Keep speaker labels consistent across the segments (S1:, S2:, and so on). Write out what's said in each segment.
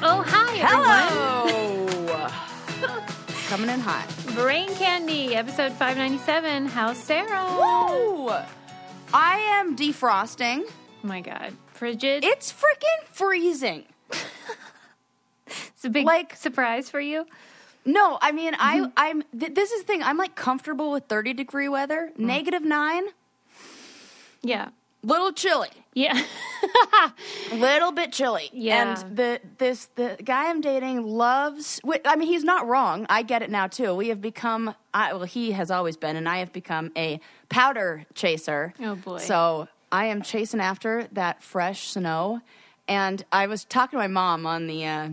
S1: Oh,
S2: Oh. coming in hot.
S1: Brain Candy, episode 597. How's Sarah?
S2: Woo! I am defrosting.
S1: Oh my God. Frigid.
S2: It's freaking freezing.
S1: It's a big
S2: like-
S1: surprise for you.
S2: No, I mean I I'm th- this is the thing. I'm like comfortable with 30 degree weather, negative 9,
S1: Yeah.
S2: little chilly.
S1: Yeah.
S2: little bit chilly.
S1: Yeah.
S2: And the this the guy I'm dating loves. wi- I mean, he's not wrong. I get it now too. We have become. I, well, he has always been, and I have become a powder chaser.
S1: Oh, boy.
S2: So I am chasing after that fresh snow, and I was talking to my mom on the. Uh,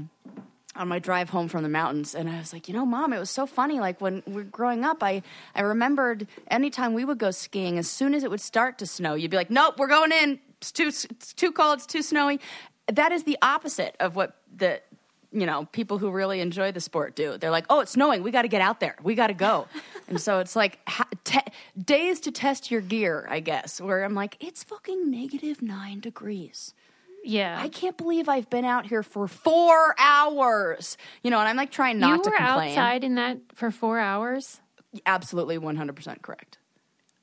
S2: on my drive home from the mountains and i was like you know mom it was so funny like when we were growing up i i remembered anytime we would go skiing as soon as it would start to snow you'd be like nope we're going in it's too it's too cold it's too snowy that is the opposite of what the you know people who really enjoy the sport do they're like oh it's snowing we got to get out there we got to go and so it's like ha- te- days to test your gear i guess where i'm like it's fucking negative 9 degrees
S1: yeah.
S2: I can't believe I've been out here for four hours. You know, and I'm like trying not
S1: you
S2: to
S1: were
S2: complain.
S1: outside in that for four hours?
S2: Absolutely 100% correct.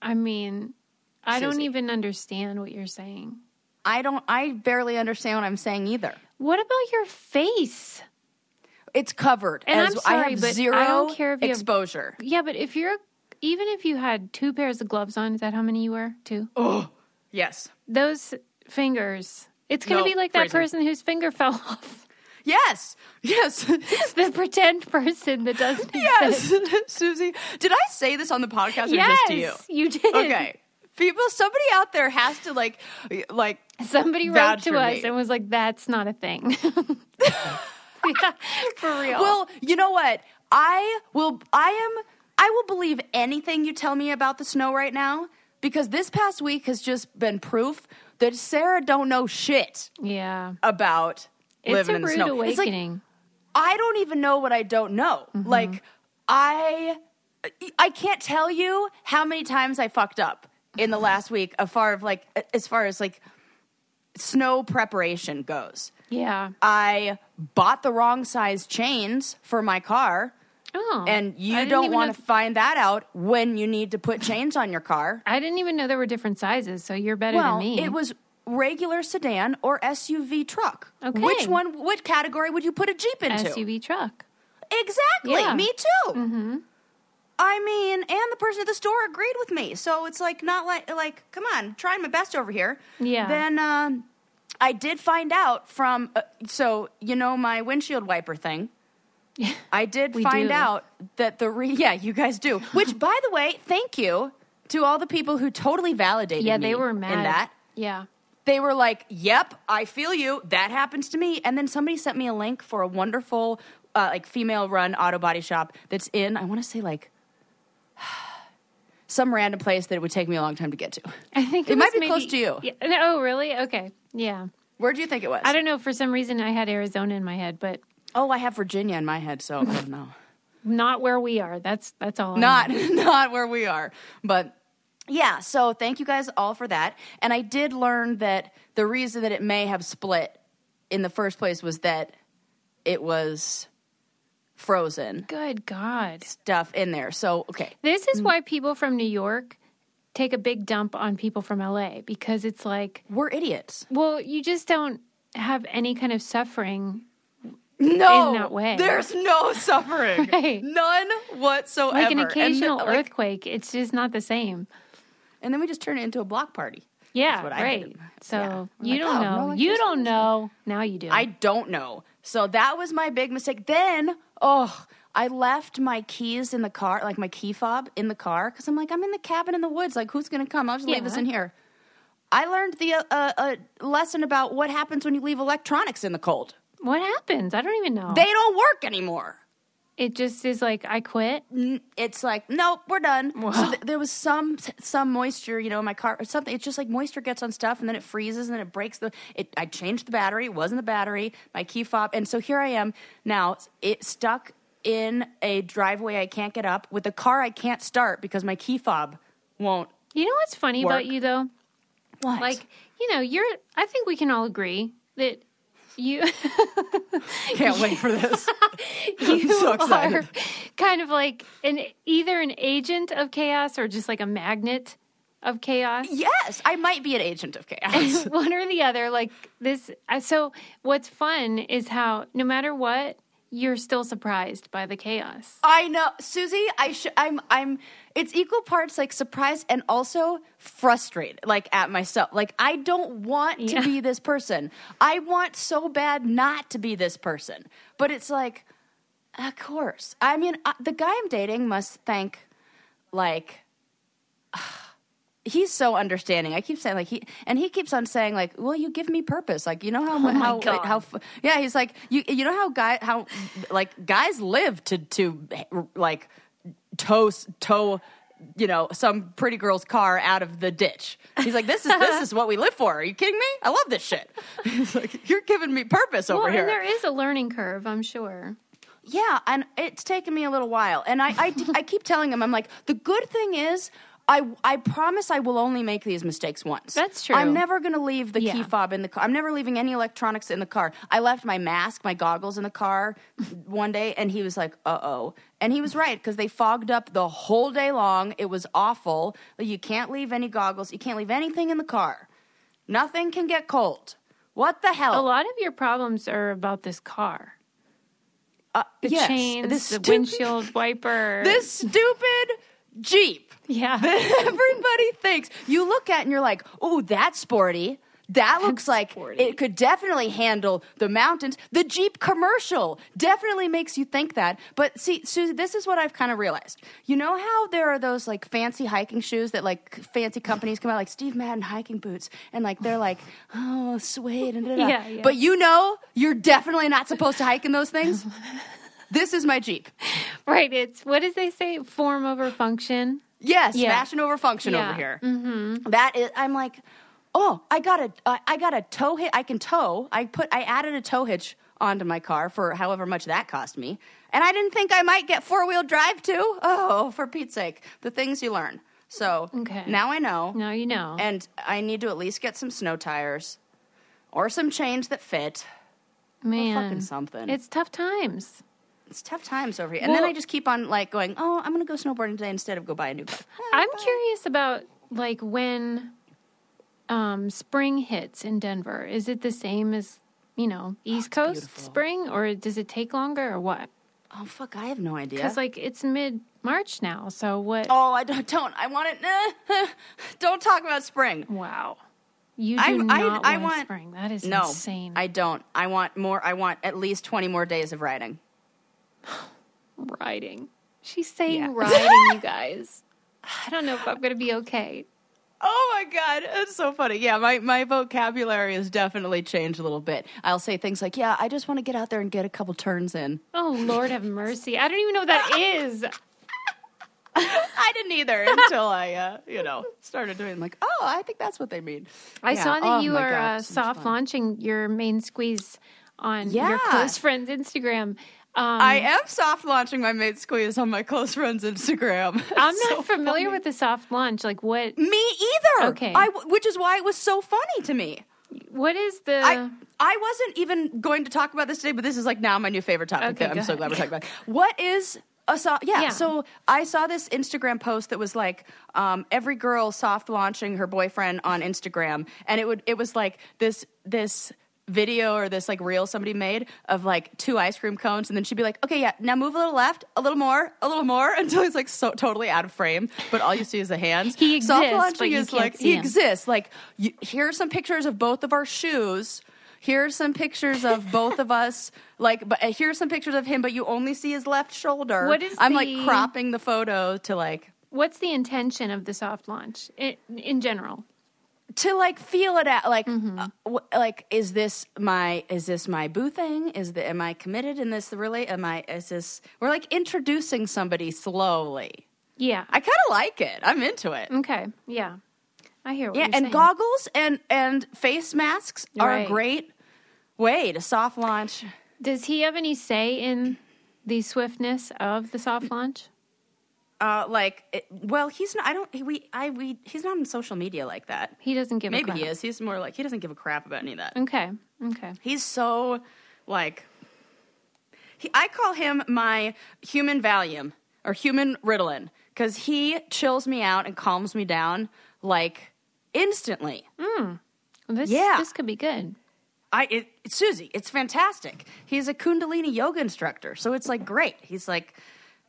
S1: I mean, I don't
S2: Susie.
S1: even understand what you're saying.
S2: I don't, I barely understand what I'm saying either.
S1: What about your face?
S2: It's covered.
S1: And
S2: as
S1: I'm
S2: I
S1: sorry,
S2: have
S1: but I
S2: zero
S1: don't care if you have-
S2: exposure.
S1: Yeah, but if you're even if you had two pairs of gloves on, is that how many you wear? Two.
S2: Oh. Yes.
S1: Those fingers. It's going to
S2: No,
S1: be like that
S2: crazy.
S1: person whose finger fell off.
S2: Yes. Yes.
S1: the pretend person that doesn't exist.
S2: yes. Susie, did I say this on the podcast or just to you?
S1: Yes, you did.
S2: Okay. People, somebody out there has to like, like,
S1: Somebody wrote
S2: Vouch
S1: to
S2: for
S1: us
S2: me.
S1: and was like, "That's not a thing." Yeah, for real.
S2: Well, you know what? I will. I am. I will believe anything you tell me about the snow right now because this past week has just been proof that Sarah don't know shit
S1: yeah,
S2: about
S1: it's
S2: living
S1: a
S2: in the
S1: rude
S2: snow. It's like
S1: awakening. Mm-hmm.
S2: I don't even know what I don't know. Like I I can't tell you how many times I fucked up in the last week as far of like as far as like snow preparation goes.
S1: yeah.
S2: I bought the wrong size chains for my car.
S1: Oh,
S2: And
S1: I
S2: you
S1: didn't
S2: don't
S1: even
S2: want
S1: know-
S2: to find that out when you need to put chains on your car.
S1: I didn't even know there were different sizes, so you're better
S2: Well,
S1: than me.
S2: it was regular sedan or SUV truck.
S1: Okay.
S2: Which one, what category would you put a Jeep into?
S1: SUV truck.
S2: Exactly.
S1: Yeah. Mm-hmm.
S2: Me too. I mean, and the person at the store agreed with me. So it's like, not like, like, come on, trying my best over here.
S1: Yeah.
S2: Then, um, I did find out from, uh, so, you know, my windshield wiper thing. I did
S1: We
S2: find
S1: do.
S2: out that the re- yeah you guys do. Which by the way, thank you to all the people who totally validated.
S1: Yeah, they
S2: me
S1: were mad.
S2: in that.
S1: Yeah.
S2: They were like, "Yep, I feel you. That happens to me." And then somebody sent me a link for a wonderful uh, like female run auto body shop that's in I want to say like some random place that it would take me a long time to get to.
S1: I think
S2: It might
S1: was
S2: be
S1: maybe-
S2: close to you.
S1: Yeah. Oh, really? Okay. Yeah.
S2: Where do you think it was?
S1: I don't know. For some reason, I had Arizona in my head, but
S2: oh, I have Virginia in my head, so I don't know.
S1: not where we are. That's that's all. I know.
S2: not not where we are but yeah so thank you guys all for that and i did learn that the reason that it may have split in the first place was that it was frozen
S1: Good God.
S2: stuff in there so okay
S1: This is why people from New York take a big dump on people from LA because it's like,
S2: we're idiots
S1: well, you just don't have any kind of suffering.
S2: no
S1: In that way.
S2: there's no suffering
S1: Right.
S2: none whatsoever
S1: Like an
S2: And then,
S1: occasional
S2: like-
S1: earthquake, it's just not the same.
S2: and then we just turn it into a block party
S1: Yeah,
S2: what I
S1: right.
S2: hated.
S1: So
S2: Yeah. I'm
S1: you
S2: like,
S1: don't
S2: oh, no
S1: know.
S2: one
S1: you
S2: cares
S1: don't know. Now you do.
S2: I don't know. So that was my big mistake. Then, oh, I left my keys in the car, like my key fob in the car, because I'm like, I'm in the cabin in the woods. Like, who's going to come? I'll just leave
S1: Yeah.
S2: this in here. I learned the uh, uh, uh, lesson about what happens when you leave electronics in the cold.
S1: what happens? I don't even know.
S2: They don't work anymore.
S1: it just is like I quit.
S2: N- It's like, nope, we're done. So th- there was some some moisture, you know, in my car or something. It's just like moisture gets on stuff and then it freezes and then it breaks the. It, I changed the battery. It wasn't the battery. My key fob, and so here I am now. It stuck in a driveway I can't get up with a car I can't start because my key fob won't.
S1: You know what's funny about
S2: Work.
S1: you though?
S2: What?
S1: Like, you know, you're I think we can all agree that you
S2: can't wait for this.
S1: you
S2: so
S1: are
S2: excited.
S1: kind of like an either an agent of chaos or just like a magnet of chaos.
S2: Yes, I might be an agent of chaos.
S1: One or the other, like this. I- So, what's fun is how no matter what, you're still surprised by the chaos.
S2: I know, Susie. I sh- I'm. I'm. It's equal parts like surprised and also frustrated, like at myself. Like I don't want
S1: Yeah.
S2: to be this person. I want so bad not to be this person. But it's like, of course. I mean, uh, the guy I'm dating must think, like, he's so understanding. I keep saying like he, and he keeps on saying like, "Well, you give me purpose." Like you know how
S1: Oh my
S2: how
S1: God.
S2: how f- yeah. He's like you you know how guy how like guys live to to like tow s- tow you know some pretty girl's car out of the ditch. He's like, "This is this is what we live for." Are you kidding me? I love this shit. He's like, "You're giving me purpose over
S1: Well,
S2: here."
S1: and there is a learning curve, I'm sure.
S2: Yeah, and it's taken me a little while. And I, I, d- I keep telling him, I'm like, the good thing is, I, I promise I will only make these mistakes once.
S1: That's true.
S2: I'm never going to leave the key
S1: Yeah.
S2: fob in the car. I'm never leaving any electronics in the car. I left my mask, my goggles in the car one day, and he was like, uh oh. And he was right, because they fogged up the whole day long. It was awful. You can't leave any goggles, you can't leave anything in the car. Nothing can get cold. What the hell?
S1: A lot of your problems are about this car.
S2: Uh,
S1: The
S2: yes,
S1: chains,
S2: this
S1: the
S2: stupid-
S1: windshield wiper.
S2: this stupid Jeep.
S1: yeah.
S2: Everybody thinks you look at it and you're like, oh, that's sporty. That looks like
S1: sporty.
S2: it could definitely handle the mountains. The Jeep commercial definitely makes you think that. But see, Susie, this is what I've kind of realized. You know how there are those like fancy hiking shoes that like fancy companies come out, like Steve Madden hiking boots, and like they're like, oh, suede, and da, da, da.
S1: Yeah, yeah.
S2: But you know, you're definitely not supposed to hike in those things. this is my Jeep.
S1: Right. It's what does they say? Form over function.
S2: Yes,
S1: Yeah.
S2: fashion over function over
S1: Yeah. Mm-hmm.
S2: here. That is, I'm like, oh, I got a, I I got a tow hitch. I can tow. I put, I added a tow hitch onto my car for however much that cost me, and I didn't think I might get four wheel drive too. Oh, for Pete's sake, the things you learn. So
S1: Okay.
S2: now I know,
S1: Now you know.
S2: and I need to at least get some snow tires or some chains that fit.
S1: Man,
S2: fucking something.
S1: It's tough times.
S2: It's tough times over here, and then
S1: Well-
S2: I just keep on like going, oh, I'm gonna go snowboarding today instead of go buy a new car.
S1: I'm curious about like when um, spring hits in Denver. Is it the same as you know East Coast
S2: Oh, beautiful.
S1: spring, or does it take longer, or what?
S2: Oh fuck, I have no idea.
S1: Because like it's mid March now, so what?
S2: Oh, I don't. don't. I want it. nah. don't talk about spring.
S1: Wow, you do
S2: I- I-
S1: not
S2: I
S1: want,
S2: want-
S1: spring. That is
S2: No,
S1: insane.
S2: I don't. I want more. I want at least twenty more days of riding.
S1: riding. She's saying
S2: Yeah.
S1: riding, you guys. I don't know if I'm gonna be okay.
S2: Oh my god, that's so funny. Yeah, my my vocabulary has definitely changed a little bit. I'll say things like, "Yeah, I just want to get out there and get a couple turns in."
S1: Oh Lord have mercy! I don't even know what that is.
S2: I didn't either until I, uh, you know, started doing like, "Oh, I think that's what they mean."
S1: I
S2: Yeah.
S1: saw that
S2: Oh
S1: you
S2: my
S1: are
S2: God,
S1: uh,
S2: so much
S1: soft
S2: fun.
S1: launching your main squeeze on
S2: Yeah.
S1: your close friend's Instagram. Um,
S2: I am soft launching my mate squeeze on my close friend's Instagram.
S1: I'm not familiar with the soft launch. Like what?
S2: Me either.
S1: Okay.
S2: I, which is why it was so funny to me.
S1: What is the?
S2: I I wasn't even going to talk about this today, but this is like now my new favorite topic.
S1: Okay,
S2: that I'm
S1: go
S2: so glad
S1: ahead.
S2: we're talking about. it. What is a soft? Yeah,
S1: Yeah.
S2: So I saw this Instagram post that was like um, every girl soft launching her boyfriend on Instagram, and it would it was like this this video or this like reel somebody made of like two ice cream cones and then she'd be like okay yeah now move a little left a little more a little more until he's like so totally out of frame but all you see is the hands
S1: He
S2: soft
S1: exists,
S2: launching
S1: but you
S2: is
S1: can't
S2: like
S1: see
S2: he
S1: him.
S2: exists like you, here are some pictures of both of our shoes here's some pictures of both of us like but uh, here's some pictures of him but you only see his left shoulder
S1: What is
S2: i'm
S1: the-
S2: like cropping the photo to like
S1: what's the intention of the soft launch in, in general?
S2: to like feel it out like
S1: Mm-hmm.
S2: uh, w- like is this my is this my boo thing is the am i committed in this really am i is this we're like introducing somebody slowly
S1: Yeah.
S2: i kind of like it i'm into it
S1: okay. Yeah. I hear what Mm, you're
S2: yeah and
S1: saying.
S2: goggles and and face masks are a
S1: Right.
S2: great way to soft launch
S1: Does he have any say in the swiftness of the soft
S2: Mm.
S1: launch?
S2: uh, like it, well he's not i don't he, we i we he's not on social media like that
S1: He doesn't give a
S2: maybe
S1: crap. Mm.
S2: he is he's more like he doesn't give a crap about any of that
S1: Okay. Okay.
S2: he's so like He, I call him my human Valium or human Ritalin because he chills me out and calms me down like instantly.
S1: This,
S2: Yeah.
S1: this could be good.
S2: I it, it's Susie, it's fantastic. He's a Kundalini yoga instructor, so it's like great. He's like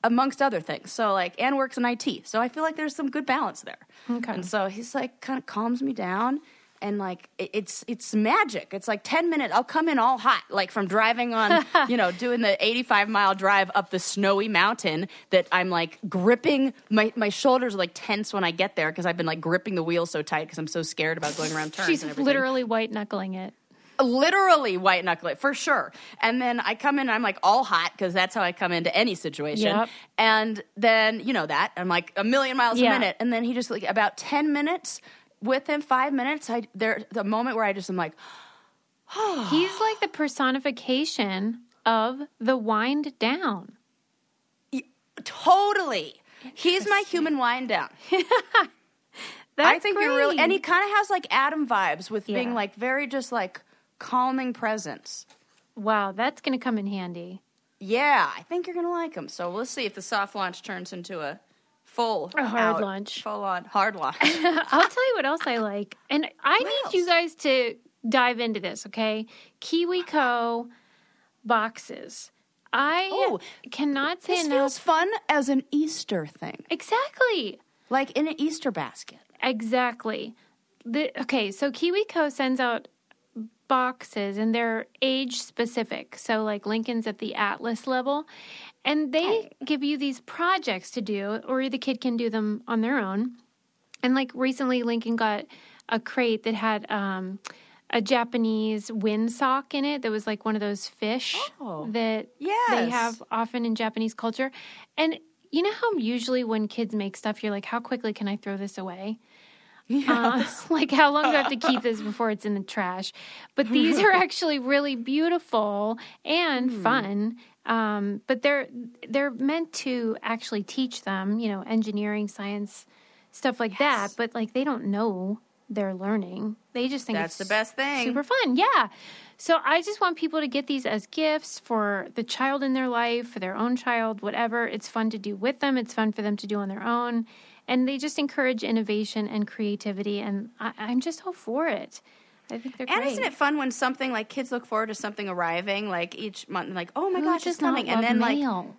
S2: amongst other things. So like and works in IT. So I feel like there's some good balance there.
S1: Okay.
S2: And so he's like kind of calms me down and like it, it's it's magic. It's like 10 minutes. I'll come in all hot like from driving on, you know, doing the 85 mile drive up the snowy mountain that I'm like gripping my my shoulders are like tense when I get there because I've been like gripping the wheel so tight because I'm so scared about going around turns
S1: She's
S2: and everything
S1: literally white knuckling it.
S2: literally white knuckle it for sure. And then I come in and I'm like all hot because that's how I come into any situation.
S1: Yep.
S2: And then you know that I'm like a million miles
S1: Yeah.
S2: a minute. And then he just like about ten minutes within five minutes, I there the moment where I just am like,
S1: He's like the personification of the wind down.
S2: totally. He's my human wind down.
S1: That's
S2: I think you're really,
S1: great.
S2: and he kind of has like Adam vibes with being
S1: Yeah.
S2: like very just like calming presence.
S1: wow, that's going to come in handy.
S2: Yeah, I think you're gonna like him. So we'll see if the soft launch turns into a full
S1: A hard launch.
S2: full on hard launch.
S1: I'll tell you what else I like. And I need
S2: else?
S1: you guys to dive into this, okay? KiwiCo boxes. I
S2: Oh,
S1: cannot say
S2: this
S1: enough.
S2: feels fun as an Easter thing,
S1: exactly.
S2: like in an Easter basket.
S1: Exactly. The, okay, so KiwiCo sends out boxes and they're age specific. So, like Lincoln's at the Atlas level. And they give you these projects to do, or the kid can do them on their own. And like recently, Lincoln got a crate that had um, a Japanese windsock in it that was like one of those fish
S2: Oh.
S1: that they
S2: Yes.
S1: have often in Japanese culture. And you know how usually when kids make stuff, you're like, how quickly can I throw this away? Uh, like, how long do I have to keep this before it's in the trash? But these are actually really beautiful and
S2: Hmm.
S1: fun. Um, but they're they're meant to actually teach them, you know, engineering, science, stuff like that. But like, they don't know they're learning. They just think
S2: That's
S1: it's
S2: the best thing.
S1: Super fun, yeah. So I just want people to get these as gifts for the child in their life, for their own child, whatever. It's fun to do with them. It's fun for them to do on their own, and they just encourage innovation and creativity. And I, I'm just all for it. I think they're
S2: And
S1: great.
S2: isn't it fun when something like kids look forward to something arriving, like each month, like oh my
S1: Who
S2: gosh,
S1: does
S2: it's coming,
S1: not
S2: and
S1: love
S2: then like
S1: mail?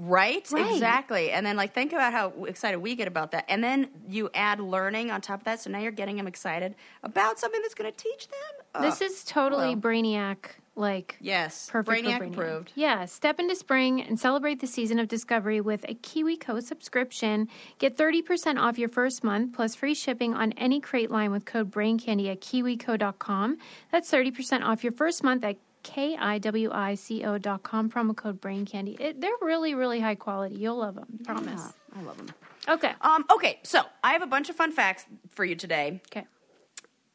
S2: Right?
S1: Right.
S2: Exactly. And then like think about how excited we get about that. And then you add learning on top of that. So now you're getting them excited about something that's going to teach them. Oh,
S1: this is totally
S2: well.
S1: brainiac like.
S2: yes.
S1: Perfect for
S2: Brainiac
S1: Brainiac.
S2: approved.
S1: Yeah, step into spring and celebrate the season of discovery with a KiwiCo subscription. Get 30% off your first month plus free shipping on any crate line with code BRAINCANDY at kiwico.com. That's 30% off your first month at K I W I C O dot com, promo code BRAINCANDY. It, they're really, really high quality. You'll love them, promise.
S2: Uh-huh. I love them.
S1: Okay.
S2: Um, okay, so I have a bunch of fun facts for you today.
S1: Okay.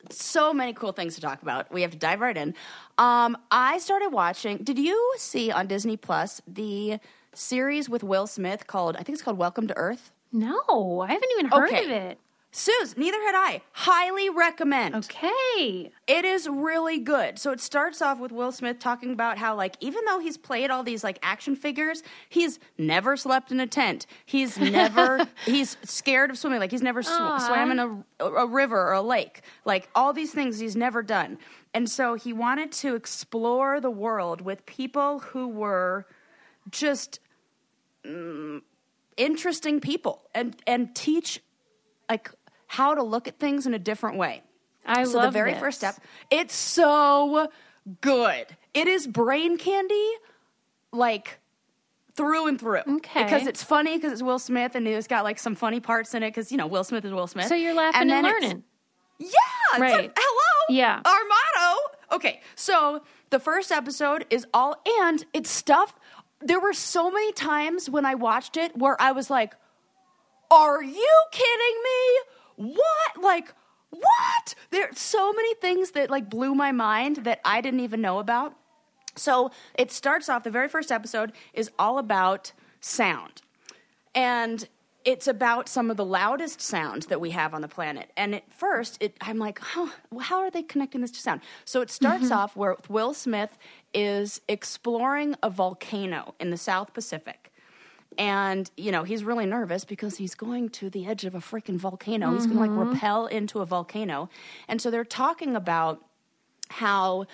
S2: So many cool things to talk about. We have to dive right in. Um, I started watching. Did you see on Disney Plus the series with Will Smith called, I think it's called Welcome to Earth?
S1: No, I haven't even heard
S2: Okay.
S1: of it.
S2: Suze, neither had I. Highly recommend.
S1: Okay.
S2: It is really good. So it starts off with Will Smith talking about how like even though he's played all these like action figures, he's never slept in a tent. He's never he's scared of swimming. Like he's never sw- swam in a, a river or a lake. Like all these things he's never done. And so he wanted to explore the world with people who were just mm, interesting people and and teach like how to look at things in a different way.
S1: I
S2: so
S1: love
S2: the very
S1: this.
S2: first step, it's so good. It is brain candy, like through and through.
S1: Okay.
S2: Because it's funny because it's Will Smith and it's got like some funny parts in it because you know Will Smith is Will Smith.
S1: So you're laughing and,
S2: and, then it's-
S1: learning.
S2: yeah.
S1: Right.
S2: Right. hello.
S1: Yeah.
S2: Our motto. Okay. So the first episode is all, and it's stuff. There were so many times when I watched it where I was like, are you kidding me? What? Like, what? There's so many things that like blew my mind that I didn't even know about. So it starts off, the very first episode is all about sound. And it's about some of the loudest sounds that we have on the planet. And at first, it, I'm like, huh, how are they connecting this to sound? So it starts off where Will Smith is exploring a volcano in the South Pacific. And, you know, he's really nervous because he's going to the edge of a freaking volcano. He's going to like repel into a volcano. And so they're talking about how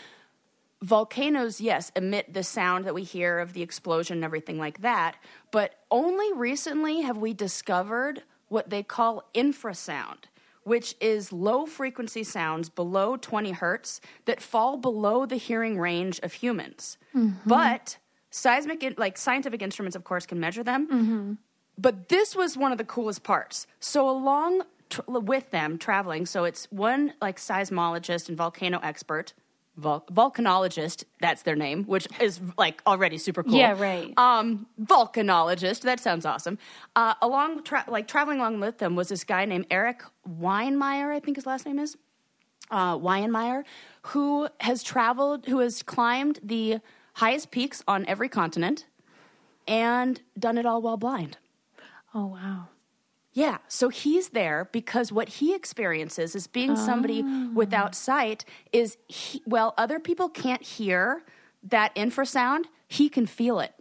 S2: volcanoes, yes, emit the sound that we hear of the explosion and everything like that, but only recently have we discovered what they call infrasound, which is low frequency sounds below 20 hertz that fall below the hearing range of humans. But seismic, in- like scientific instruments, of course, can measure them. But this was one of the coolest parts. So along tr with them traveling, so it's one like seismologist and volcano expert, vol- volcanologist. That's their name, which is like already super cool.
S1: Yeah, right.
S2: Um, volcanologist. That sounds awesome. Uh, along tra- like traveling along with them was this guy named Eric Weinmeier, I think his last name is uh, Weinmeier, who has traveled, who has climbed the highest peaks on every continent and done it all while blind.
S1: Oh wow.
S2: Yeah, so he's there because what he experiences is being somebody
S1: Ah.
S2: without sight is he, well, other people can't hear that infrasound, he can feel it.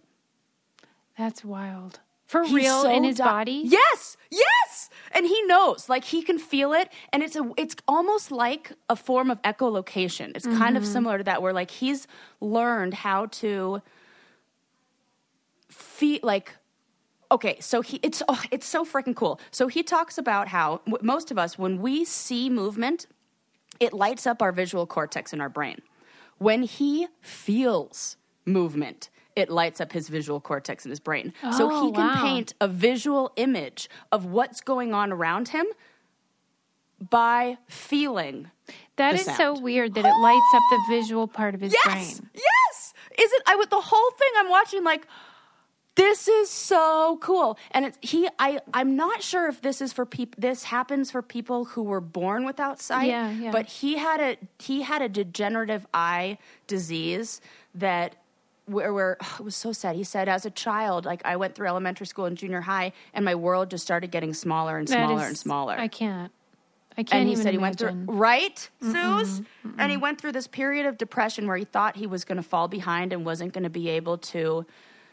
S1: That's wild. For
S2: He's
S1: real
S2: so
S1: in his
S2: di-
S1: body?
S2: Yes, yes, and he knows. Like he can feel it, and it's a. It's almost like a form of echolocation. It's
S1: Mm-hmm.
S2: kind of similar to that, where like he's learned how to feel like. Okay, so he it's oh, it's so freaking cool. So he talks about how w- most of us when we see movement, it lights up our visual cortex in our brain. When he feels movement, it lights up his visual cortex in his brain. so
S1: Oh,
S2: he can
S1: wow.
S2: paint a visual image of what's going on around him by feeling.
S1: That
S2: the
S1: is so
S2: sound.
S1: weird that it lights up the visual part of his
S2: Yes.
S1: brain.
S2: Yes. Is it I would the whole thing I'm watching like this is so cool. And it's he I I'm not sure if this is for people this happens for people who were born without sight.
S1: Yeah, yeah.
S2: But he had a he had a degenerative eye disease that where, where it was so sad. He said, as a child, like I went through elementary school and junior high, and my world just started getting smaller and
S1: That
S2: smaller
S1: is-
S2: and smaller
S1: I can't. I can't
S2: and he
S1: even
S2: said he went
S1: imagine.
S2: through right Suze? and he went through this period of depression where he thought he was going to fall behind and wasn't going to be able to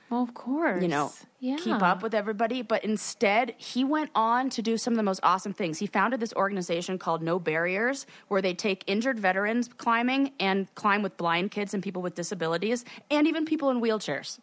S1: Well, of course.
S2: you know
S1: yeah.
S2: keep up with everybody but instead he went on to do some of the most awesome things he founded this organization called no barriers where they take injured veterans climbing and climb with blind kids and people with disabilities and even people in wheelchairs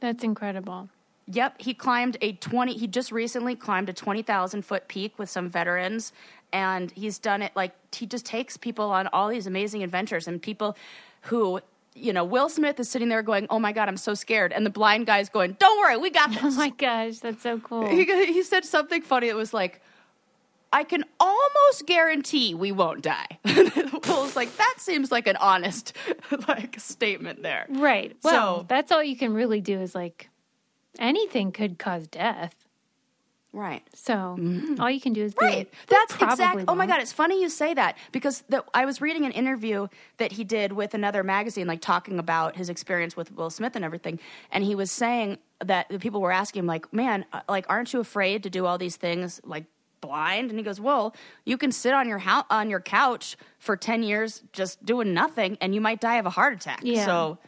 S1: That's incredible.
S2: Yep, he climbed a 20 he just recently climbed a 20,000 foot peak with some veterans and he's done it like he just takes people on all these amazing adventures and people who you know, Will Smith is sitting there going, "Oh my god, I'm so scared." And the blind guy's going, "Don't worry, we got
S1: Oh
S2: this."
S1: my gosh, that's so cool.
S2: he he said something funny that was like I can almost guarantee we won't die. Will's like, that seems like an honest like statement there.
S1: right. Well,
S2: So-
S1: that's all you can really do is like anything could cause death.
S2: Right.
S1: So all you can do is be
S2: Mm-hmm. Right.
S1: like,
S2: That's
S1: probably
S2: exactly. Oh my
S1: won't.
S2: God, it's funny you say that because the, I was reading an interview that he did with another magazine, like talking about his experience with Will Smith and everything. And he was saying that the people were asking him, like, man, uh, like, aren't you afraid to do all these things, like, blind? And he goes, well, you can sit on your hou- on your couch for ten years just doing nothing, and you might die of a heart attack.
S1: Yeah.
S2: So.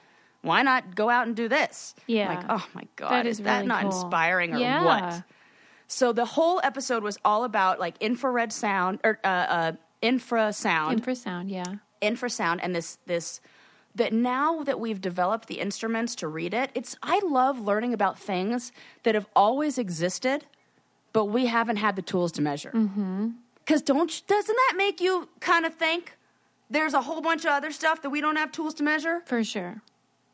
S2: Why not go out and do this?
S1: Yeah.
S2: Like, oh my God,
S1: That
S2: is,
S1: is
S2: that
S1: really
S2: not
S1: cool.
S2: inspiring or
S1: Yeah.
S2: what? So the whole episode was all about like infrared sound or uh, uh, infrasound,
S1: Infrasound, yeah.
S2: infrasound, and this this that now that we've developed the instruments to read it, it's I love learning about things that have always existed, but we haven't had the tools to measure. Because don't you- doesn't that make you kind of think there's a whole bunch of other stuff that we don't have tools to measure,
S1: For sure.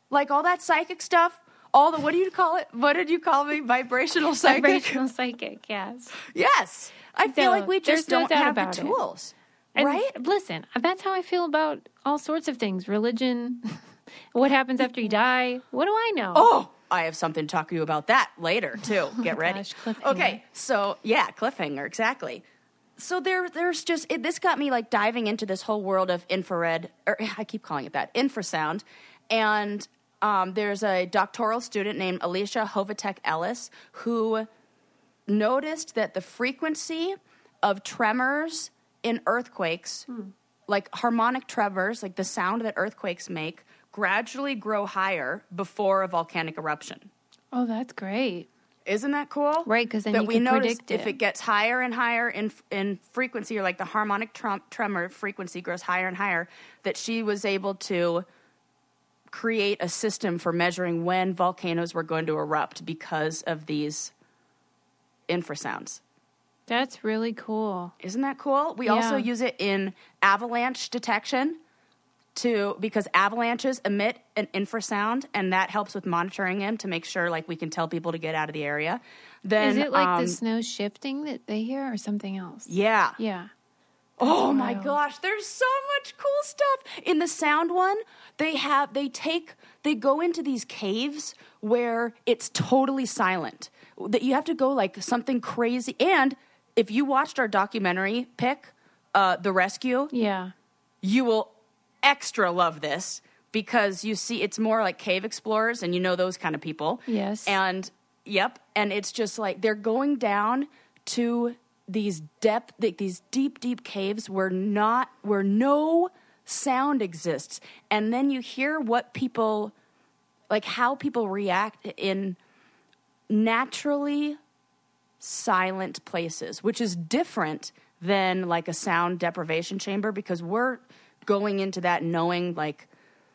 S2: like all that psychic stuff. All the what do you call it? What did you call me? Vibrational psychic.
S1: Vibrational psychic, yes.
S2: Yes. I feel
S1: So,
S2: like we
S1: there's
S2: just
S1: no
S2: don't
S1: doubt
S2: have the
S1: about it.
S2: tools.
S1: And
S2: right?
S1: Listen, that's how I feel about all sorts of things religion, what happens after you die. What do I know?
S2: Oh, I have something to talk to you about that later too. Get ready.
S1: gosh, cliffhanger.
S2: okay, so yeah, cliffhanger exactly. So there, there's just it, this got me like diving into this whole world of infrared, or I keep calling it that, infrasound, and um, there's a doctoral student named Alicia Hovatek Ellis who noticed that the frequency of tremors in earthquakes,
S1: Hmm.
S2: like harmonic tremors, like the sound that earthquakes make, gradually grow higher before a volcanic eruption.
S1: Oh, that's great.
S2: Isn't that cool?
S1: Right, 'cause then
S2: that
S1: you
S2: we
S1: can
S2: notice
S1: predict
S2: if
S1: it.
S2: it gets higher and higher in in frequency, or like the harmonic trum- tremor frequency grows higher and higher, that she was able to create a system for measuring when volcanoes were going to erupt because of these infrasounds.
S1: That's really cool.
S2: Isn't that cool? We also
S1: Yeah.
S2: use it in avalanche detection to because avalanches emit an infrasound and that helps with monitoring them to make sure like we can tell people to get out of the area. Then
S1: Is it like
S2: um,
S1: the snow shifting that they hear or something else?
S2: Yeah.
S1: Yeah.
S2: Oh my
S1: wild.
S2: gosh, there's so much cool stuff. In the sound one, they have they take they go into these caves where it's totally silent. That you have to go like something crazy and if you watched our documentary pick uh, the rescue
S1: Yeah.
S2: you will extra love this because you see it's more like cave explorers and you know those kind of people.
S1: Yes.
S2: And yep, and it's just like they're going down to these depth like these deep deep caves where not where no sound exists and then you hear what people like how people react in naturally silent places, which is different than like a sound deprivation chamber because we're going into that knowing like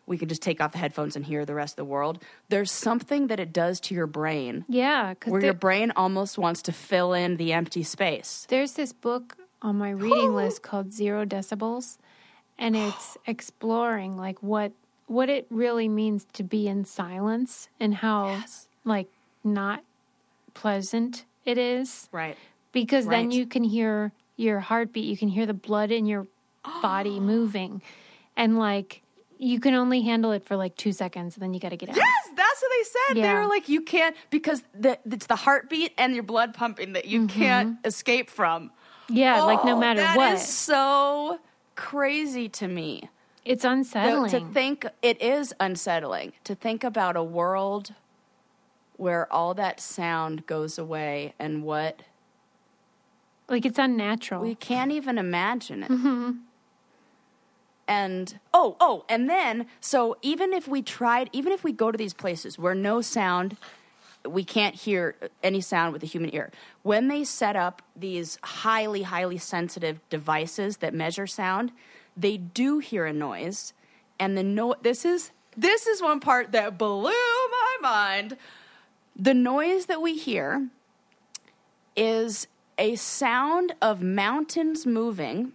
S2: we can just take off the headphones and hear the rest of the world. There's something that it does to your brain
S1: Yeah. Because
S2: where your brain almost wants to fill in the empty space.
S1: There's this book on my reading list called Zero Decibels, and it's exploring like what what it really means to be in silence and how
S2: Yes.
S1: like not pleasant it is
S2: Right.
S1: because then
S2: Right.
S1: you can hear your heartbeat, you can hear the blood in your body moving, and like you can only handle it for like two seconds, and then you got to get out.
S2: Yes, that's what they said. They
S1: Yeah.
S2: were like, you can't because the, it's the heartbeat and your blood pumping that you can't escape from.
S1: Mm-hmm. Yeah, like no
S2: Oh,
S1: matter
S2: That
S1: what,
S2: is so crazy to me.
S1: it's
S2: So
S1: unsettling.
S2: to think it is unsettling to think about a world where all that sound goes away and what
S1: like it's unnatural.
S2: we can't even imagine it. And oh, oh, and then so even if we tried, even if we go to these places where no sound, we can't hear any sound with the human ear. When they set up these highly, highly sensitive devices that measure sound, they do hear a noise, and the no. This is this is one part that blew my mind. The noise that we hear is a sound of mountains moving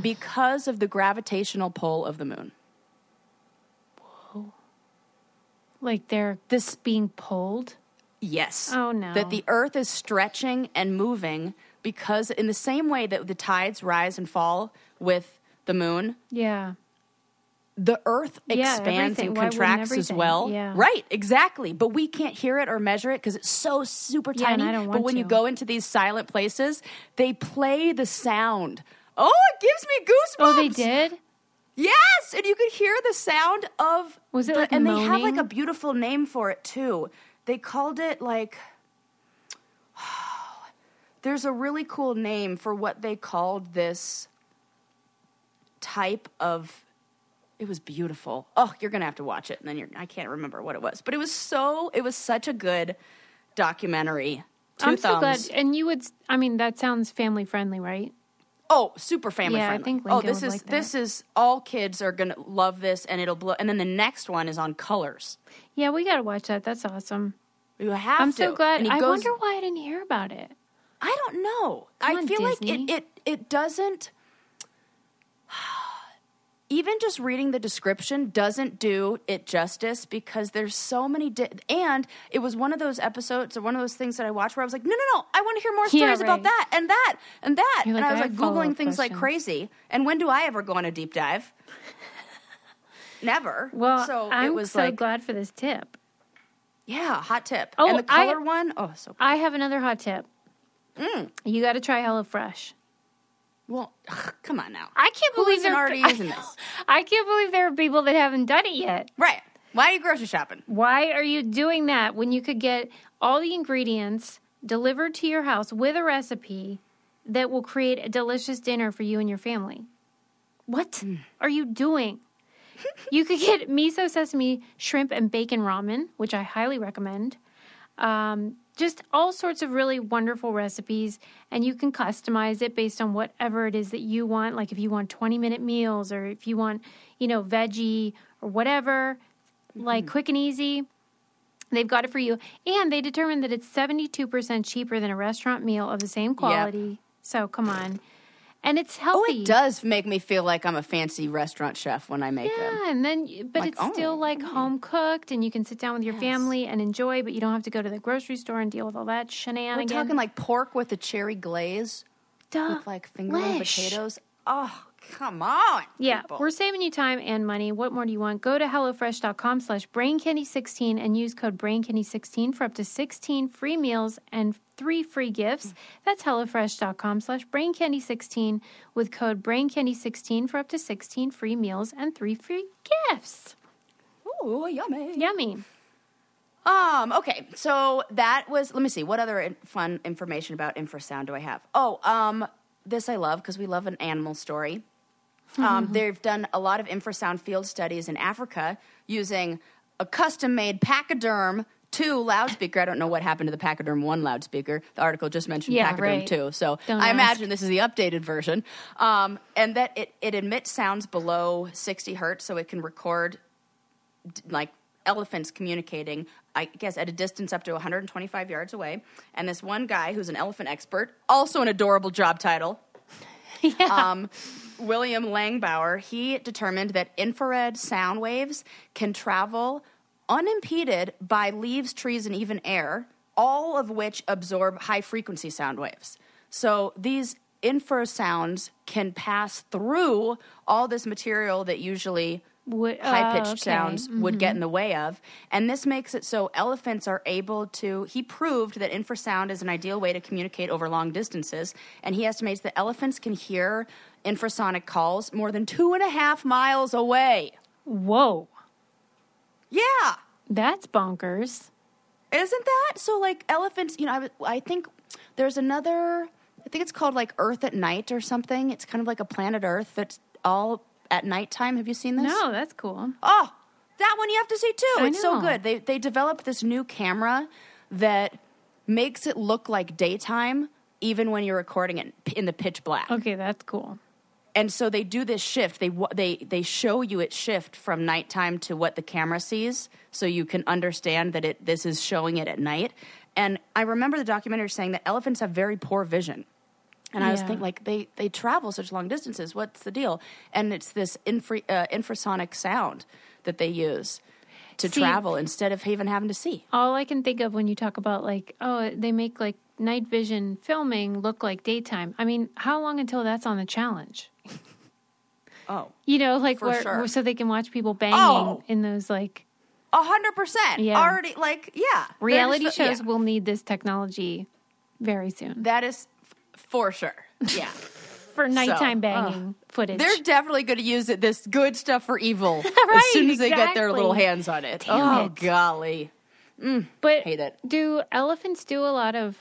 S2: because of the gravitational pull of the moon.
S1: like they're
S2: This,
S1: being pulled.
S2: yes.
S1: Oh, no.
S2: That the earth is stretching and moving because, in the same way that the tides rise and fall with the moon,
S1: Yeah.
S2: the earth
S1: Yeah,
S2: expands
S1: everything.
S2: and
S1: Why wouldn't
S2: contracts as
S1: everything?
S2: well.
S1: Yeah.
S2: Right, exactly. But we can't hear it or measure it because it's so super
S1: Yeah, and
S2: tiny.
S1: I don't
S2: but
S1: want
S2: when you
S1: to.
S2: go into these silent places, they play the sound. Oh, it gives me goosebumps.
S1: Oh, they did?
S2: Yes, and you could hear the sound of
S1: Was it
S2: the,
S1: like
S2: and they have like
S1: moaning?
S2: a beautiful name for it too. They called it like there's a really cool name for what they called this type of it was beautiful. Oh, you're going to have to watch it and then you're I can't remember what it was, but it was so it was such a good documentary. 2
S1: I'm so glad.
S2: thumbs.
S1: And you would, I mean, that sounds family friendly, right?
S2: Oh, super family
S1: Yeah, I
S2: friendly.
S1: think
S2: oh,
S1: Lincoln
S2: this
S1: would
S2: is
S1: like that.
S2: this is all kids are gonna love this, and it'll blow. And then the next one is on colors.
S1: Yeah, we got to watch that. That's awesome.
S2: You have
S1: I'm
S2: to.
S1: so glad.
S2: And he
S1: I
S2: goes-
S1: wonder why I didn't hear about it.
S2: I don't know.
S1: Come
S2: I
S1: on,
S2: feel like
S1: Disney.
S2: it, it it doesn't. Even just reading the description doesn't do it justice because there's so many. Di- and it was one of those episodes or one of those things that I watched where I was like, no, no, no, I want to hear more
S1: Yeah,
S2: stories about
S1: right.
S2: that and that and that.
S1: You're
S2: and
S1: like,
S2: I was
S1: "I
S2: like
S1: have follow-up
S2: googling things like
S1: questions."
S2: crazy. And when do I ever go on a deep dive? Never.
S1: Well,
S2: so
S1: I'm
S2: it was
S1: so
S2: like,
S1: glad for this tip.
S2: yeah, hot tip.
S1: Oh,
S2: and the
S1: I-
S2: color one, oh, so
S1: I have another hot tip. You got to try HelloFresh.
S2: well. Come on now,
S1: I can't
S2: Who
S1: believe
S2: isn't
S1: there
S2: already using this?
S1: I can't believe there are people that haven't done it yet.
S2: Right? Why are you grocery shopping?
S1: Why are you doing that when you could get all the ingredients delivered to your house with a recipe that will create a delicious dinner for you and your family. What
S2: Hmm.
S1: are you doing? you could get miso sesame shrimp and bacon ramen, which I highly recommend. Um, just all sorts of really wonderful recipes, and you can customize it based on whatever it is that you want. Like if you want 20 minute meals, or if you want, you know, veggie or whatever,
S2: Mm-hmm.
S1: like quick and easy. They've got it for you. And they determined that it's 72% cheaper than a restaurant meal of the same quality. So come on. And it's
S2: Oh,
S1: healthy.
S2: it does make me feel like I'm a fancy restaurant chef when I make them.
S1: Yeah, and then, you- but
S2: Like,
S1: it's still
S2: oh,
S1: like home cooked, and you can sit down with your family and enjoy, but you don't have to go to the grocery store and deal with all that
S2: We're
S1: shenanigans.
S2: talking like pork with a cherry glaze
S1: Duh.
S2: with like finger and
S1: Lish.
S2: potatoes. Oh, come on.
S1: Yeah,
S2: people.
S1: we're saving you time and money. What more do you want? Go to HelloFresh.com slash BrainCandy16 and use code BrainCandy16 for up to 16 free meals and three free
S2: Mm.
S1: gifts. That's HelloFresh.com slash BrainCandy16 with code BrainCandy16 for up to 16 free meals and three free gifts.
S2: Ooh, yummy.
S1: Yummy.
S2: Um, okay, so that was. Let me see. What other in- fun information about infrasound do I have? Oh, um, this I love because we love an animal story. Um, they've done a lot of infrasound field studies in Africa using a custom made pachyderm two loudspeaker. I don't know what happened to the pachyderm one loudspeaker. The article just mentioned
S1: Yeah,
S2: pachyderm
S1: right.
S2: two, so
S1: Don't
S2: I
S1: ask.
S2: imagine this is the updated version. Um, and that it, it emits sounds below 60 hertz, so it can record d- like elephants communicating i guess at a distance up to 125 yards away and this one guy who's an elephant expert also an adorable job title um, william langbauer he determined that infrared sound waves can travel unimpeded by leaves trees and even air all of which absorb high frequency sound waves so these infra sounds can pass through all this material that usually
S1: Would-
S2: high pitched
S1: oh, okay. Mm-hmm.
S2: sounds would get in the way of. And this makes it so elephants are able to. He proved that infrasound is an ideal way to communicate over long distances. And he estimates that elephants can hear infrasonic calls more than two and a half miles away.
S1: Whoa.
S2: Yeah.
S1: That's bonkers.
S2: Isn't that so? Like elephants, you know. I, was- I think there's another. I think it's called like Earth at Night or something. It's kind of like a planet Earth that's all at nighttime. Have you seen this?
S1: No, that's cool.
S2: Oh, that one you have to see too.
S1: I
S2: it's so
S1: know.
S2: good. They they developed this new camera that makes it look like daytime even when you're recording it in the pitch black.
S1: Okay, that's cool.
S2: And so they do this shift. They wa- they they show you it shift from nighttime to what the camera sees so you can understand that it this is showing it at night. And I remember the documentary saying that elephants have very poor vision. And I was
S1: Yeah.
S2: thinking, like, they, they travel such long distances. What's the deal? And it's this infra, uh, infrasonic sound that they use to
S1: See-
S2: travel instead of even having to see.
S1: All I can think of when you talk about like, oh, they make like night vision filming look like daytime. I mean, how long until that's on the challenge?
S2: Oh,
S1: You know, like
S2: For
S1: where,
S2: sure.
S1: where- so they can watch people banging
S2: Oh.
S1: in those like
S2: 100%.
S1: Yeah.
S2: Already, like, yeah. They're
S1: reality
S2: just-
S1: shows
S2: yeah.
S1: will need this technology very soon
S2: That is f- for sure. Yeah.
S1: for nighttime
S2: uh,
S1: banging footage.
S2: They're definitely going to use it, this good stuff for evil as soon as they get their little
S1: exactly.
S2: hands on it.
S1: Damn
S2: oh,
S1: it.
S2: golly.
S1: but
S2: hate it.
S1: do elephants do a lot of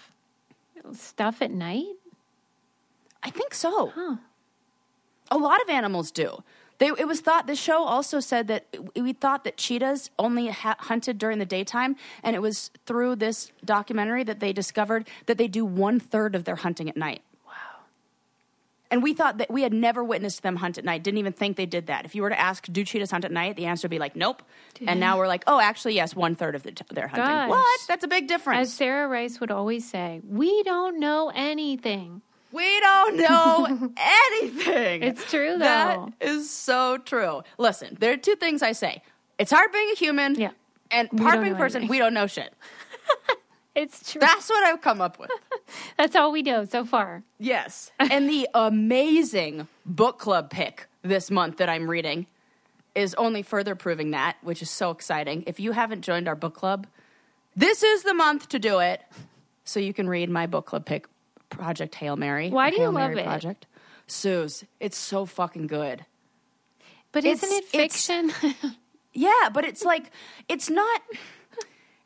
S1: stuff at night?
S2: I think so. A lot of animals do. They, it was thought the show also said that we thought that cheetahs only ha- hunted during the daytime, and it was through this documentary that they discovered that they do one third of their hunting at night. Wow! And we thought that we had never witnessed them hunt at night. Didn't even think they did that. If you were to ask, do cheetahs hunt at night? The answer would be like, nope. And now we're like, oh, actually, yes, one third of the t- their hunting.
S1: Gosh.
S2: What? That's a big difference.
S1: As Sarah Rice would always say, we don't know anything.
S2: We don't know anything.
S1: It's true,
S2: That
S1: though.
S2: is so true. Listen, there are two things I say. It's hard being a human.
S1: Yeah.
S2: And
S1: We
S2: hard
S1: don't
S2: being a
S1: know
S2: person,
S1: anything.
S2: we don't know shit.
S1: It's true.
S2: That's what I've come up with.
S1: That's all we know so far.
S2: yes. And the amazing book club pick this month that I'm reading is only further proving that, which is so exciting. If you haven't joined our book club, this is the month to do it. So you can read my book club pick, Project Hail Mary.
S1: Why
S2: or
S1: do you
S2: Hail
S1: love
S2: Mary
S1: it?
S2: Project. Suze, it's so fucking good.
S1: But
S2: It's-
S1: isn't it
S2: it's-
S1: fiction?
S2: Yeah, but it's like it's not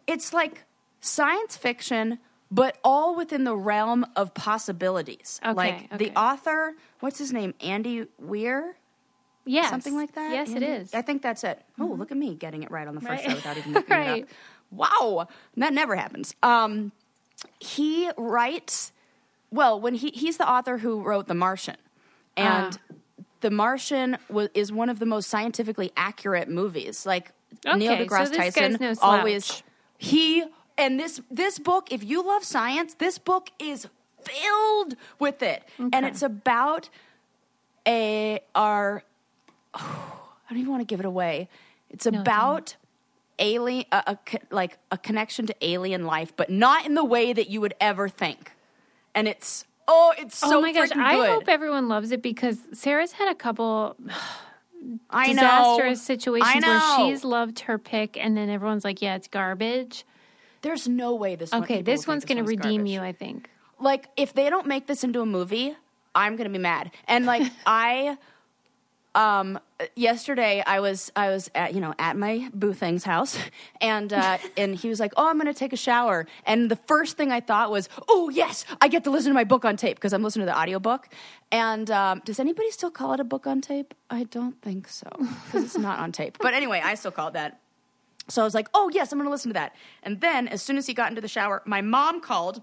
S2: it's like science fiction but all within the realm of possibilities.
S1: Okay,
S2: like
S1: okay.
S2: the author, what's his name? Andy Weir?
S1: Yes.
S2: Something like that?
S1: Yes,
S2: Andy-
S1: it is. Mm-hmm.
S2: I think that's it. Oh, look at me getting it right on the first
S1: Right.
S2: show without even looking it
S1: Right.
S2: up. Wow. That never happens. Um, he writes, well, when he, he's the author who wrote The Martian. And
S1: Ah.
S2: The Martian wa is one of the most scientifically accurate movies. Like Neil
S1: Okay, so
S2: deGrasse
S1: this guy's
S2: Tyson
S1: no slouch.
S2: always he and this this book if you love science this book is filled with it and it's about a our i don't even want to give it away it's about alien a, a co- like a connection to alien life but not in the way that you would ever think and it's oh it's so
S1: oh my gosh,
S2: freaking
S1: I
S2: good.
S1: hope everyone loves it because Sarah's had a couple
S2: I know.
S1: disastrous situations
S2: I know.
S1: where she's loved her pick and then everyone's like, yeah, it's garbage.
S2: There's no way this one.
S1: Okay,
S2: people will
S1: this
S2: think
S1: one's going to
S2: garbage.
S1: redeem you, I think.
S2: like if they don't make this into a movie i'm gonna be mad and like i um yesterday i was i was at you know at my boo thing's house and uh and he was like oh i'm gonna take a shower and the first thing i thought was oh yes i get to listen to my book on tape because i'm listening to the audiobook and um, does anybody still call it a book on tape i don't think so because it's not on tape but anyway i still call it that so i was like oh yes i'm gonna listen to that and then as soon as he got into the shower my mom called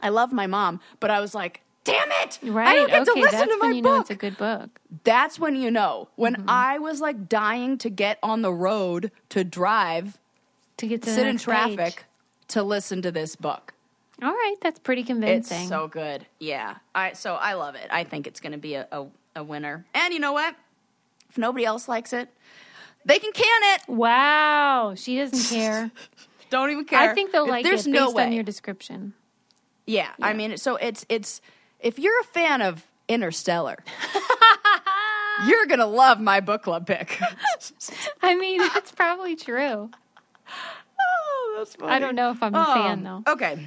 S2: I love my mom, but I was like, damn it!
S1: Right.
S2: I don't get
S1: okay,
S2: to listen
S1: that's
S2: to my
S1: when you
S2: book.
S1: know it's a good book.
S2: that's when you know. When
S1: Mm-hmm.
S2: I was like dying to get on the road to drive,
S1: To get to the
S2: sit in
S1: next page.
S2: traffic to listen to this book.
S1: All right, that's pretty
S2: It's
S1: convincing.
S2: so good. Yeah. I so I love it. I think it's gonna be a, a, a winner. And you know what? If nobody else likes it, they can can it.
S1: wow, she doesn't care.
S2: Don't even care.
S1: I think they'll
S2: If
S1: like
S2: There's
S1: it
S2: no
S1: based
S2: way.
S1: on your description.
S2: yeah. I mean so it's it's if you're a fan of Interstellar, you're gonna love my book club pick.
S1: I mean, that's probably true.
S2: Oh, that's funny.
S1: I don't know if I'm a fan though.
S2: Um, Okay.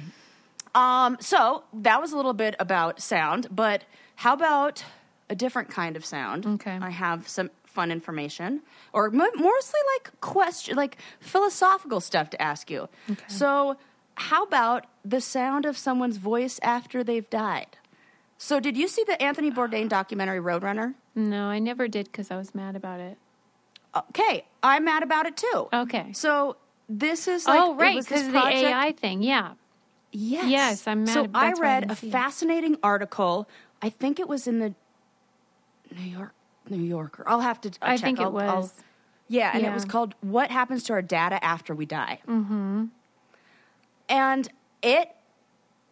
S2: Um, so that was a little bit about sound, but how about a different kind of sound?
S1: Okay.
S2: I have some fun information, or mo- mostly like question, like philosophical stuff to ask you. Okay. So, how about the sound of someone's voice after they've died? So, did you see the Anthony Bourdain documentary Roadrunner?
S1: No, I never did because I was mad about it.
S2: Okay, I'm mad about it too.
S1: Okay.
S2: So this is like
S1: oh, right,
S2: it was this
S1: because the
S2: project-
S1: AI thing. Yeah.
S2: Yes.
S1: Yes, I'm mad
S2: So
S1: at-
S2: I
S1: that's why I
S2: read
S1: didn't
S2: a
S1: see it.
S2: fascinating article. I think it was in the New York New Yorker. I'll have to. I'll
S1: I
S2: check.
S1: think it
S2: I'll- I'll-
S1: was.
S2: yeah, and it
S1: Yeah.
S2: was called "What Happens to Our Data After We Die." Mm-hmm. And it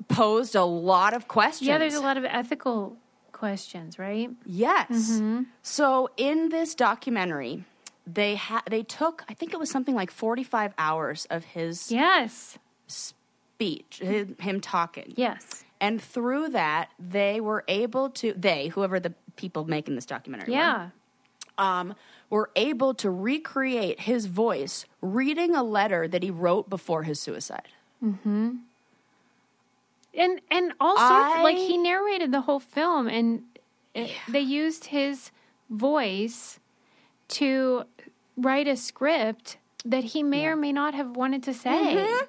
S2: posed a lot of questions.
S1: Yeah, there's a lot of ethical questions, right?
S2: Yes.
S1: Mm-hmm.
S2: So in this documentary, they ha- they took I think it was something like 45 hours of his
S1: Yes.
S2: speech, him, him talking.
S1: Yes.
S2: And through that, they were able to, they, whoever the people making this documentary
S1: Yeah.
S2: were, um, were able to recreate his voice reading a letter that he wrote before his suicide.
S1: And and all sorts like
S2: I-
S1: he narrated the whole film and it, they used his voice to write a script that he may or may not have wanted to say.
S2: Mm-hmm.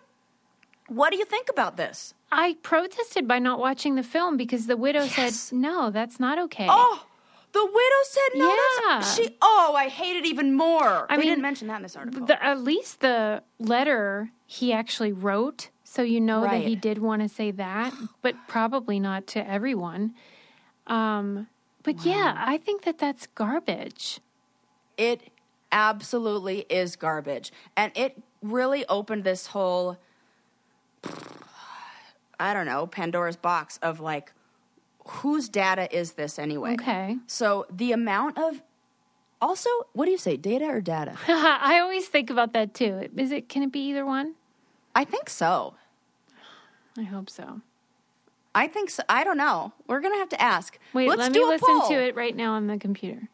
S2: What do you think about this?
S1: I protested by not watching the film because the widow
S2: Yes.
S1: said, "No, that's not okay."
S2: Oh, the widow said no. that's-
S1: Yeah.
S2: She, oh, I hate it even more.
S1: I
S2: they
S1: mean,
S2: didn't mention that in this article.
S1: The, at least the letter he actually wrote, so you know that he
S2: Right.
S1: did want to say that, but probably not to everyone. Um, but yeah, I think that that's garbage.
S2: It absolutely is garbage. And it really opened this whole, I don't know, Pandora's box of like, whose data is this anyway?
S1: Okay.
S2: So the amount of, also, what do you say, data or data?
S1: I always think about that too. Is it? Can it be either one?
S2: I think so.
S1: I hope so.
S2: I think so. I don't know. We're going to have to ask.
S1: Wait,
S2: Let's
S1: let me
S2: do a
S1: listen
S2: poll.
S1: to it right now on the computer.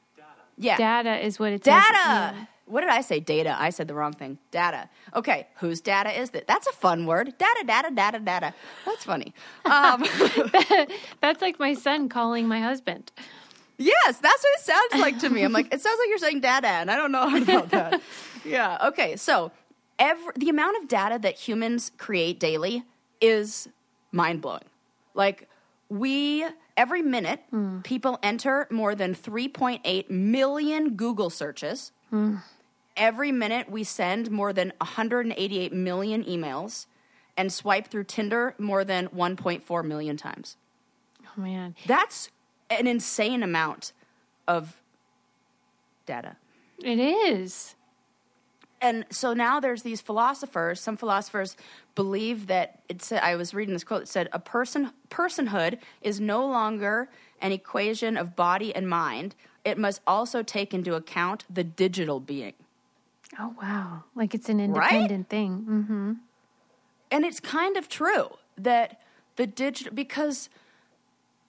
S2: Yeah.
S1: Data is what it's
S2: Data. What did I say? Data. I said the wrong thing. Data. Okay, whose data is that? That's a fun word. Data, data, data, data. That's funny. Um,
S1: That's like my son calling my husband.
S2: yes, that's what it sounds like to me. I'm like, it sounds like you're saying data, and I don't know about that. yeah. Okay. So, every, the amount of data that humans create daily is mind blowing. Like we every minute people enter more than 3.8 million Google searches. Every minute we send more than 188 million emails and swipe through Tinder more than 1.4 million times.
S1: Oh man.
S2: That's an insane amount of data.
S1: It is.
S2: And so now there's these philosophers. Some philosophers believe that it's. I was reading this quote. It said, "A person personhood is no longer an equation of body and mind. It must also take into account the digital being."
S1: Oh wow. Like it's an independent thing. Mm.
S2: And it's kind of true that the digital because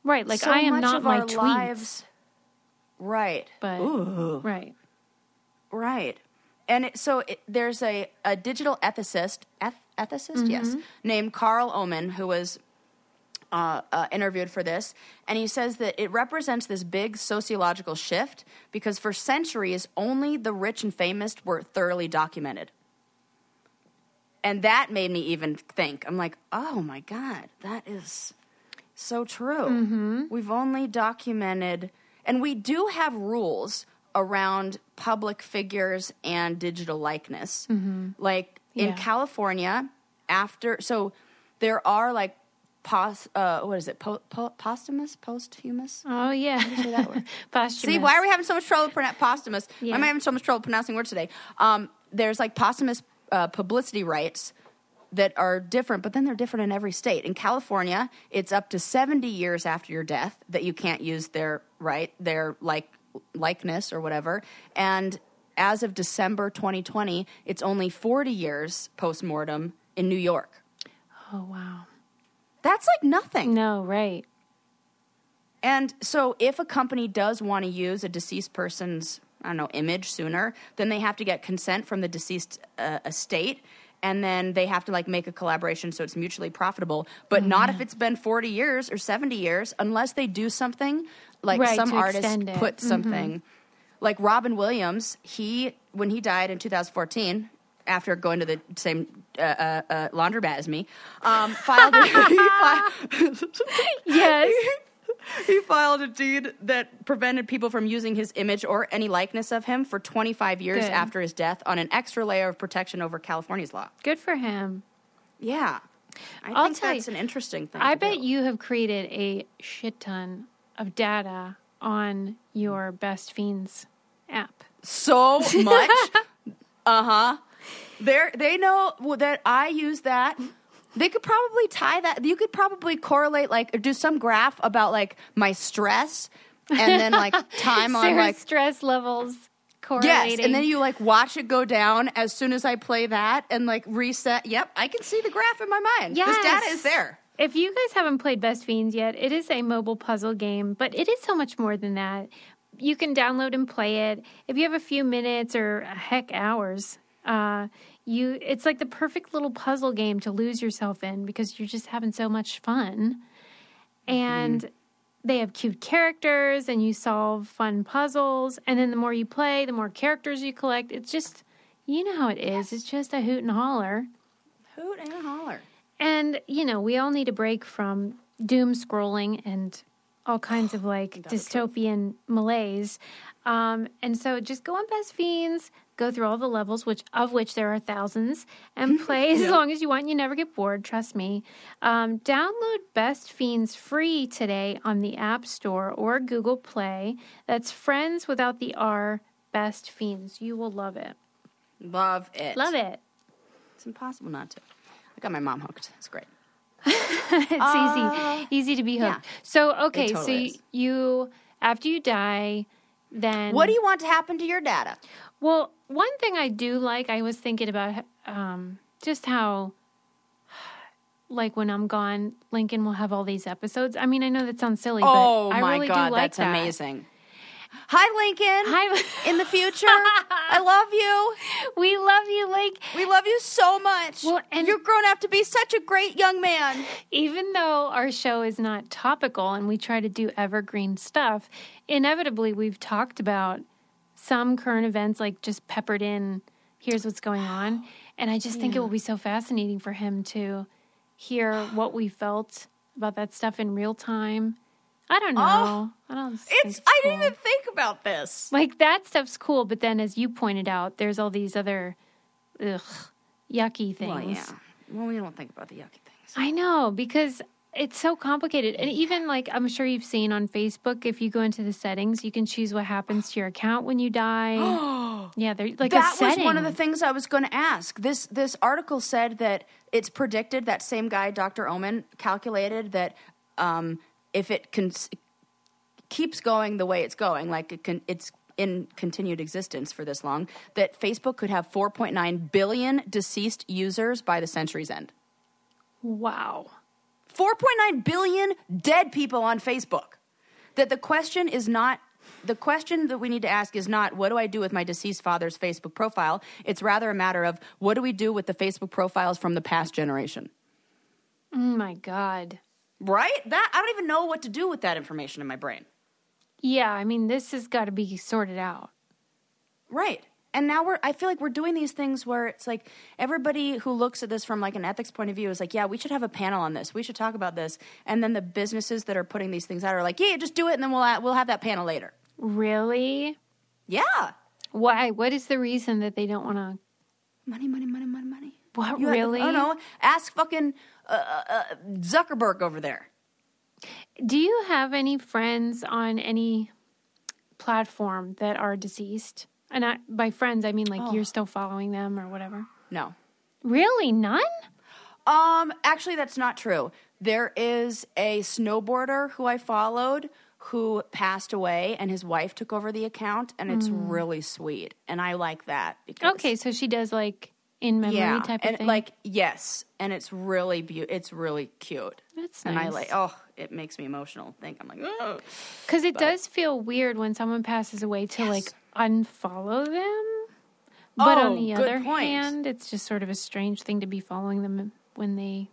S1: Right. Like
S2: so
S1: I am
S2: much
S1: not
S2: of
S1: my
S2: our
S1: tweets.
S2: lives, right?
S1: But right.
S2: Right. And it, so it, there's a, a digital ethicist, eth, ethicist, yes, named Carl Oman, who was uh, uh, interviewed for this. And he says that it represents this big sociological shift because for centuries, only the rich and famous were thoroughly documented. And that made me even think. I'm like, oh my God, that is so true. We've only documented, and we do have rules around public figures and digital likeness. Like in
S1: Yeah.
S2: California, after, so there are like, pos, uh, what is it, po, po, posthumous, posthumous?
S1: Oh yeah. Posthumous.
S2: See, why are we having so much trouble pronoun posthumous? Why am I
S1: Yeah.
S2: having so much trouble pronouncing words today? Um, there's like posthumous uh, publicity rights that are different, but then they're different in every state. In California, it's up to 70 years after your death that you can't use their right, their like likeness or whatever. And as of December 2020, it's only 40 years post mortem in New York.
S1: Oh wow.
S2: That's like nothing.
S1: No, right.
S2: And so, if a company does want to use a deceased person's, I don't know, image sooner, then they have to get consent from the deceased uh, estate, and then they have to like make a collaboration so it's mutually profitable. But not
S1: Mm-hmm.
S2: if it's been forty years or seventy years, unless they do something like
S1: Right,
S2: some
S1: to
S2: artist
S1: extend it. Mm-hmm.
S2: put something. Like Robin Williams, he when he died in 2014. After going to the same uh, uh, uh, laundromat as me, um, filed, he fi-
S1: Yes.
S2: he filed a deed that prevented people from using his image or any likeness of him for 25 years
S1: Good.
S2: after his death on an extra layer of protection over California's law.
S1: Good for him.
S2: Yeah. I
S1: I'll
S2: think
S1: tell
S2: that's
S1: you,
S2: an interesting thing.
S1: I
S2: to
S1: bet
S2: do.
S1: you have created a shit ton of data on your Best Fiends app.
S2: so much. uh huh. They they know well, that I use that. They could probably tie that. You could probably correlate like or do some graph about like my stress and then like time on
S1: Sarah's
S2: like
S1: stress levels correlating.
S2: Yes, and then you like watch it go down as soon as I play that and like reset. Yep, I can see the graph in my mind. This data
S1: Yes.
S2: is there.
S1: If you guys haven't played Best Fiends yet, it is a mobile puzzle game, but it is so much more than that. You can download and play it. If you have a few minutes or heck hours, uh, you it's like the perfect little puzzle game to lose yourself in because you're just having so much fun.
S2: Mm-hmm.
S1: And they have cute characters and you solve fun puzzles and then the more you play, the more characters you collect. It's just you know how it is. It's just a hoot and holler.
S2: Hoot and holler.
S1: And, you know, we all need a break from doom scrolling and all kinds of like dystopian malaise. Um, and so just go on Best Fiends, go through all the levels, which of which there are thousands, and play as long as you want. You never get bored, trust me. Um, download Best Fiends free today on the App Store or Google Play. That's Friends Without the R, Best Fiends. You will love it.
S2: Love it.
S1: Love it.
S2: It's impossible not to. I got my mom hooked. It's great.
S1: it's easy easy to be hooked
S2: Ah. yeah.
S1: so okay
S2: totally
S1: so
S2: is.
S1: y- you after you die then
S2: What do you want to happen to your data?
S1: well one thing i do like i was thinking about um, just how like when i'm gone lincoln will have all these episodes i mean i know that sounds silly
S2: Oh
S1: but i
S2: my
S1: really
S2: god,
S1: do like
S2: that's
S1: that.
S2: amazing. Hi Lincoln.
S1: Hi,
S2: In the future, I love you.
S1: we love you, Link.
S2: We love you so much.
S1: Well, and-
S2: You're grown up to be such a great young man.
S1: Even though our show is not topical and we try to do evergreen stuff, inevitably we've talked about some current events like just peppered in here's what's going on and i just think it will be so fascinating for him to hear what we felt about that stuff in real time. I don't know. I don't. think
S2: Oh, It's. I didn't
S1: cool.
S2: even think about this.
S1: like that stuff's cool, but then as you pointed out, there's all these other ugh, yucky things.
S2: Well, yeah. Well, we don't think about the yucky things.
S1: I know because it's so complicated. And even like I'm sure you've seen on Facebook, if you go into the settings, you can choose what happens to your account when you die. yeah, there's like
S2: that
S1: a
S2: was
S1: setting.
S2: one of the things I was going to ask. This this article said that it's predicted that same guy, Dr. Omen, calculated that um, if it con- keeps going the way it's going, like it can, it's in continued existence for this long, that Facebook could have 4.9 billion deceased users by the century's end.
S1: wow.
S2: 4.9 billion dead people on Facebook. That the question is not the question that we need to ask is not what do I do with my deceased father's Facebook profile? It's rather a matter of what do we do with the Facebook profiles from the past generation?
S1: Oh my god.
S2: Right? That I don't even know what to do with that information in my brain.
S1: Yeah, I mean this has got to be sorted out.
S2: Right. And now we're I feel like we're doing these things where it's like everybody who looks at this from like an ethics point of view is like, yeah, we should have a panel on this. We should talk about this. And then the businesses that are putting these things out are like, yeah, just do it and then we'll we'll have that panel later.
S1: Really?
S2: Yeah.
S1: Why? What is the reason that they don't want to?
S2: Money, money, money, money, money.
S1: What
S2: You oh, had-
S1: really?
S2: I don't know. Ask fucking uh, uh, uh, Zuckerberg over there.
S1: Do you have any friends on any platform that are deceased? And I, by friends, I mean like
S2: Oh.
S1: you're still following them or whatever.
S2: No.
S1: Really, none?
S2: Um, actually, that's not true. There is a snowboarder who I followed who passed away, and his wife took over the account, and it's really sweet, and I like that because
S1: Hmm. Okay, so she does like in memory
S2: yeah,
S1: type of
S2: and
S1: thing.
S2: like yes, and it's really beautiful. It's really cute,
S1: that's
S2: and
S1: nice.
S2: I like. Oh, it makes me emotional. Think I'm like, oh.
S1: because it does feel weird when someone passes away to like unfollow them. But on
S2: Oh,
S1: the
S2: good
S1: other
S2: point.
S1: hand, it's just sort of a strange thing to be following them when they.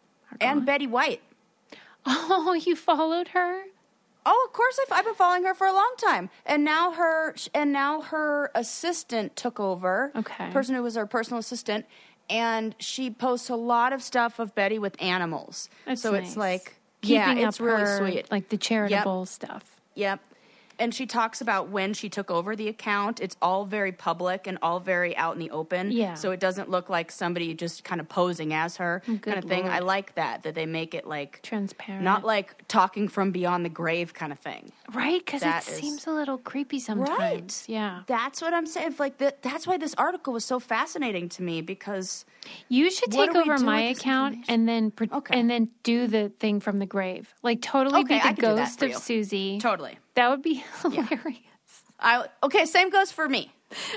S2: and Betty White.
S1: Oh, you followed her?
S2: Oh, of course. I've, I've been following her for a long time, and now her and now her assistant took over.
S1: Okay.
S2: the person who was her personal assistant, and she posts a lot of stuff of Betty with animals.
S1: That's
S2: so
S1: nice.
S2: it's like,
S1: Keeping
S2: yeah,
S1: up
S2: it's really
S1: her,
S2: sweet.
S1: Like the charitable stuff.
S2: Yep. And she talks about when she took over the account. It's all very public and all very out in the open.
S1: Yeah.
S2: So it doesn't look like somebody just kind of posing as her kind of thing.
S1: lord.
S2: I like that that they make it like
S1: Transparent.
S2: not like talking from beyond the grave kind of thing.
S1: Right? Because it
S2: That is-
S1: seems a little creepy sometimes. Yeah.
S2: That's what I'm saying. If, Like that, that's why this article was so fascinating to me because
S1: You should
S2: What
S1: take
S2: do we
S1: over
S2: do
S1: my
S2: with this
S1: account and then pre-
S2: Okay.
S1: and then do the thing from the grave. Like totally
S2: Okay,
S1: be
S2: I
S1: the
S2: could do that
S1: ghost
S2: for
S1: of
S2: you.
S1: Susie.
S2: totally.
S1: That would be hilarious.
S2: I okay. Same goes for me.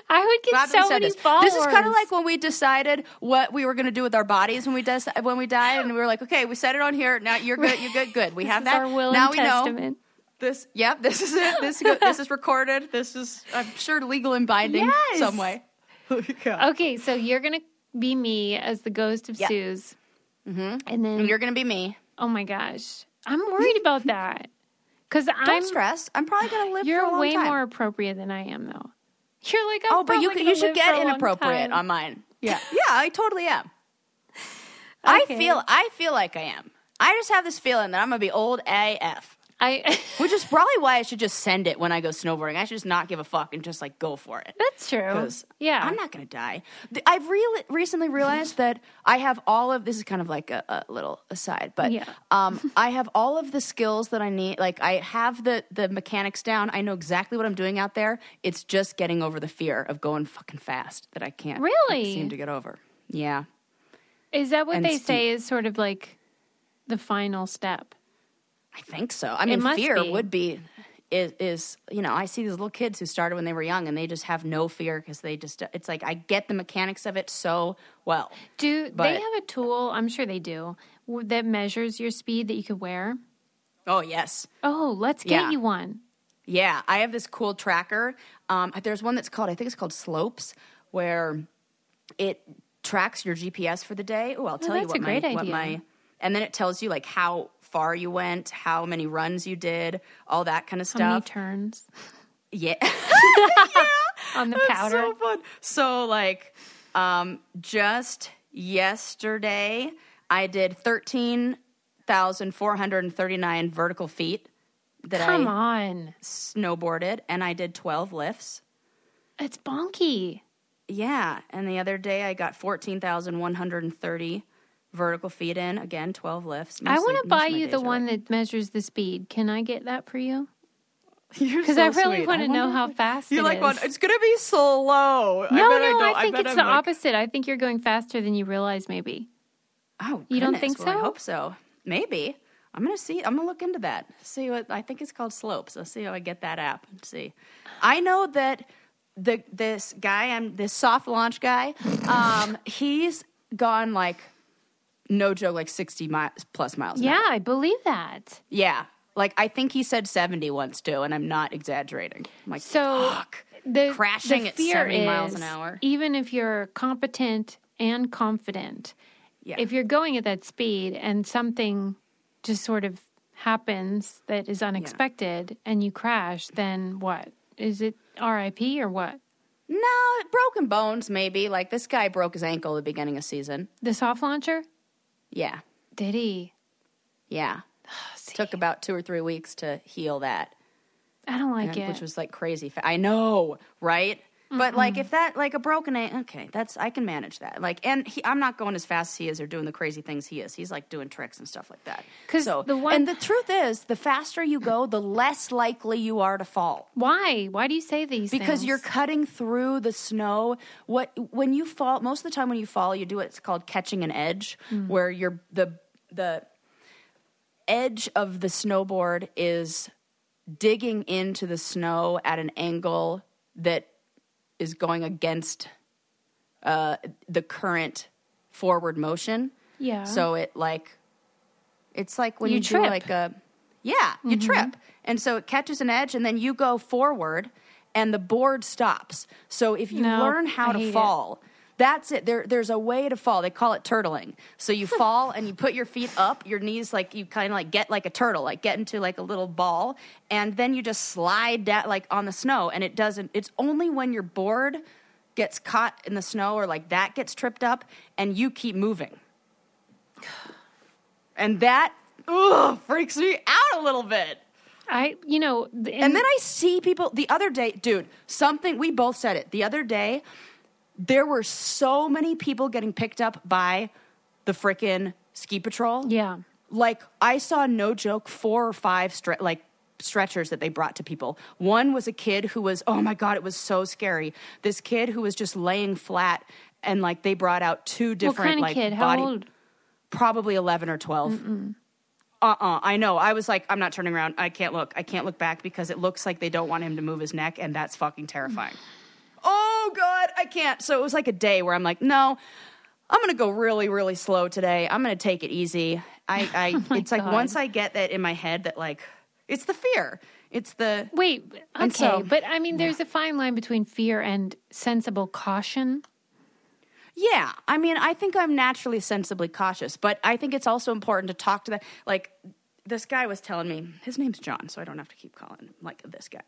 S1: I would get
S2: Robin
S1: so
S2: said
S1: many
S2: this.
S1: followers.
S2: This is kind of like when we decided what we were going to do with our bodies when we des- when we died, and we were like, okay, we set it on here. Now you're good. You're good. Good. We have
S1: It's
S2: that.
S1: our will
S2: now
S1: and
S2: we know
S1: testament.
S2: this. Yep. This is it. This go- this is recorded. This is I'm sure legal and binding
S1: Yes.
S2: some way.
S1: Okay, so you're gonna be me as the ghost of
S2: Yeah.
S1: Suze, mm-hmm. and then
S2: And Um, you're going to be me.
S1: oh my gosh, I'm worried about that because
S2: Don't
S1: I'm
S2: stress. I'm probably going to live. for a
S1: you're
S2: long
S1: way
S2: time.
S1: more appropriate than I am though. You're like I'm
S2: Oh, but
S1: probably
S2: you could-
S1: gonna
S2: you should
S1: live for
S2: get
S1: a long
S2: inappropriate um,
S1: time.
S2: on mine. Yeah, yeah, I totally am. I
S1: Okay.
S2: feel I feel like I am. I just have this feeling that I'm gonna be old AF,
S1: I
S2: which is probably why I should just send it when I go snowboarding. I should just not give a fuck and just like go for it.
S1: that's true.
S2: 'Cause
S1: Oh, Yeah,
S2: I'm not gonna die. Th- I've real recently realized that I have all of this is kind of like a, a little aside, but
S1: Yeah.
S2: um, I have all of the skills that I need. Like I have the the mechanics down. I know exactly what I'm doing out there. It's just getting over the fear of going fucking fast that I can't
S1: Really?
S2: seem to get over. Yeah.
S1: Is that what
S2: and
S1: they
S2: stu-
S1: say is sort of like the final step?
S2: I think so. I mean,
S1: must
S2: fear
S1: be.
S2: would be is, is you know I see these little kids who started when they were young and they just have no fear because they just it's like I get the mechanics of it so well.
S1: Do they
S2: But-
S1: have a tool? I'm sure they do w- that measures your speed that you could wear.
S2: Oh yes,
S1: Oh, let's get
S2: Yeah.
S1: you one.
S2: yeah. I have this cool tracker. Um, there's one that's called I think it's called Slopes where it tracks your GPS for the day. Oh, I'll tell you
S1: that's
S2: what
S1: a
S2: my
S1: great
S2: what
S1: idea.
S2: my and then it tells you like how far you went, how many runs you did, all that kind of
S1: How many
S2: stuff.
S1: turns
S2: yeah.
S1: on the
S2: That's
S1: powder?
S2: so fun. So like, um, just yesterday, I did 13,439 vertical feet that
S1: Come
S2: I
S1: on.
S2: snowboarded, and I did 12 lifts.
S1: It's bonky.
S2: Yeah. And the other day I got 14,130 vertical feet in. Again, 12 lifts.
S1: I want to buy you the one that measures the speed. Can I get that for you? Because I really want to know how fast
S2: You
S1: it
S2: like
S1: is.
S2: one? It's going to be slow.
S1: No, no, I, think it's the opposite. I think you're going faster than you realize, maybe.
S2: Oh,
S1: You don't
S2: goodness.
S1: think
S2: Well, I
S1: so?
S2: hope so. Maybe. I'm gonna see. I'm gonna look into that. See what I think it's called Slopes. I'll see how I get that app and see. I know that the this guy, I'm this soft launch guy. Um, he's gone like no joke, like 60 miles plus miles. an hour.
S1: Yeah, I believe that.
S2: yeah. Like I think he said 70 once too, and I'm not exaggerating. I'm like,
S1: So
S2: fuck.
S1: the
S2: Crashing
S1: the
S2: at
S1: fear
S2: 70 miles an
S1: is,
S2: hour.
S1: Even if you're competent and confident,
S2: Yeah.
S1: if you're going at that speed and something just sort of happens that is unexpected and you crash, then what? Is it RIP or what?
S2: no, broken bones maybe. Like this guy broke his ankle at the beginning of season.
S1: The soft launcher?
S2: Yeah,
S1: Did he?
S2: yeah.
S1: Oh, see,
S2: took about two or three weeks to heal that,
S1: I don't like
S2: and-
S1: it.
S2: which was like crazy. Fa- I know, right? But like, if that like a broken a okay, that's I can manage that. Like, and he, I'm not going as fast as he is or doing the crazy things he is. He's like doing tricks and stuff like that.
S1: 'Cause
S2: So
S1: the one-
S2: and the truth is, the faster you go, the less likely you are to fall
S1: Why? Why do you say these
S2: because you're
S1: things?
S2: cutting through the snow what when you fall most of the time when you fall you do what's called catching an edge
S1: Hmm.
S2: where you're the the edge of the snowboard is digging into the snow at an angle that is going against uh, the current forward motion
S1: Yeah.
S2: so it like it's like when
S1: You
S2: you, do
S1: trip. Mm-hmm.
S2: like a yeah, you trip. And so it catches an edge and then you go forward and the board stops. So if you
S1: No,
S2: learn
S1: I
S2: how
S1: hate
S2: to
S1: it.
S2: fall, that's it. There there's a way to fall. They call it turtling. So you fall and you put your feet up, your knees like you kind of like get like a turtle, like get into like a little ball and then you just slide down like on the snow and it doesn't it's only when your board gets caught in the snow or like that gets tripped up and you keep moving and that ugh, freaks me out a little bit.
S1: I, you know, th-
S2: And then I see people the other day, dude, something we both said it. The other day, there were so many people getting picked up by the frickin' ski patrol.
S1: yeah.
S2: Like I saw no joke four or five stre- like stretchers that they brought to people. One was a kid who was oh my god, it was so scary. This kid who was just laying flat and like they brought out two
S1: What
S2: different
S1: kind of
S2: like
S1: kid? How
S2: body
S1: old?
S2: probably 11 or 12. Uh-uh. I know. I was like, I'm not turning around. I can't look. I can't look back because it looks like they don't want him to move his neck, and that's fucking terrifying. oh, God, I can't. So it was like a day where I'm like, no, I'm going to go really, really slow today. I'm going to take it easy. I, I it's like
S1: God.
S2: once I get that in my head that like, it's the fear. It's the,
S1: Wait, okay,
S2: And so-
S1: but I mean, there's a fine line between fear and sensible caution.
S2: Yeah, I mean, I think I'm naturally sensibly cautious, but I think it's also important to talk to the like. This guy was telling me his name's John, so I don't have to keep calling him like this guy,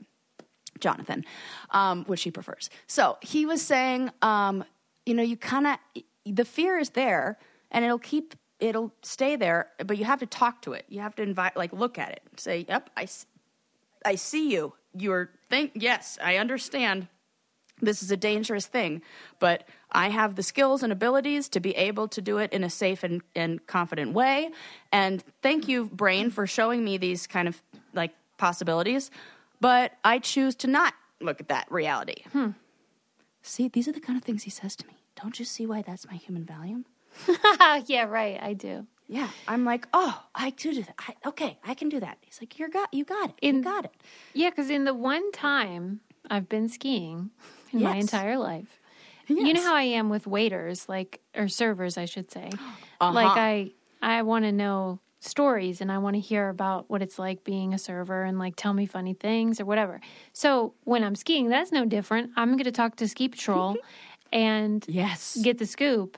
S2: Jonathan, um, which he prefers. So he was saying, um, you know, you kind of the fear is there, and it'll keep it'll stay there, but you have to talk to it. You have to invite, like, look at it, say, "Yep, I, s- I see you. You're think yes, I understand." this is a dangerous thing, but I have the skills and abilities to be able to do it in a safe and, and confident way. And thank you, brain, for showing me these kind of like possibilities. But I choose to not look at that reality. Hmm. See, these are the kind of things he says to me. Don't you see why that's my human value?
S1: yeah, right, I do.
S2: Yeah, I'm like, oh, I do do that. I, okay, I can do that. He's like, you got, you got it.
S1: In-
S2: you got it.
S1: Yeah, because in the one time I've been skiing in my
S2: Yes.
S1: entire life, you know
S2: Yes.
S1: how I am with waiters, like, or servers, I should say. Like, I, I want to know stories and I want to hear about what it's like being a server and like tell me funny things or whatever. So when I'm skiing, that's no different. I'm going to talk to Ski Patrol and
S2: Yes.
S1: get the scoop.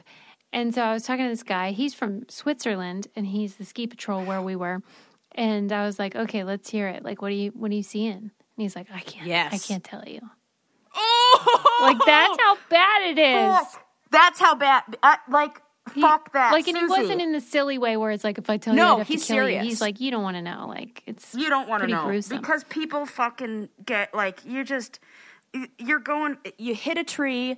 S1: And so I was talking to this guy. He's from Switzerland, and he's the ski patrol where we were. And I was like, "Okay, let's hear it. Like, what do you what are you seeing?" And he's like, "I can't. I
S2: Yes.
S1: can't tell you.
S2: oh!
S1: Like that's how bad it is.
S2: That's how bad. I, like
S1: He-
S3: Fuck that,
S1: Like, and he
S3: Suzu.
S1: wasn't in the silly way where it's like, if I tell you,
S2: No,
S1: I'd have
S2: he's
S1: to kill
S2: serious.
S1: you. He's like, you don't want to know. Like, it's
S3: You don't want to
S1: pretty
S3: know
S1: gruesome.
S3: because people fucking get like you just you- you're going.
S2: You hit a tree.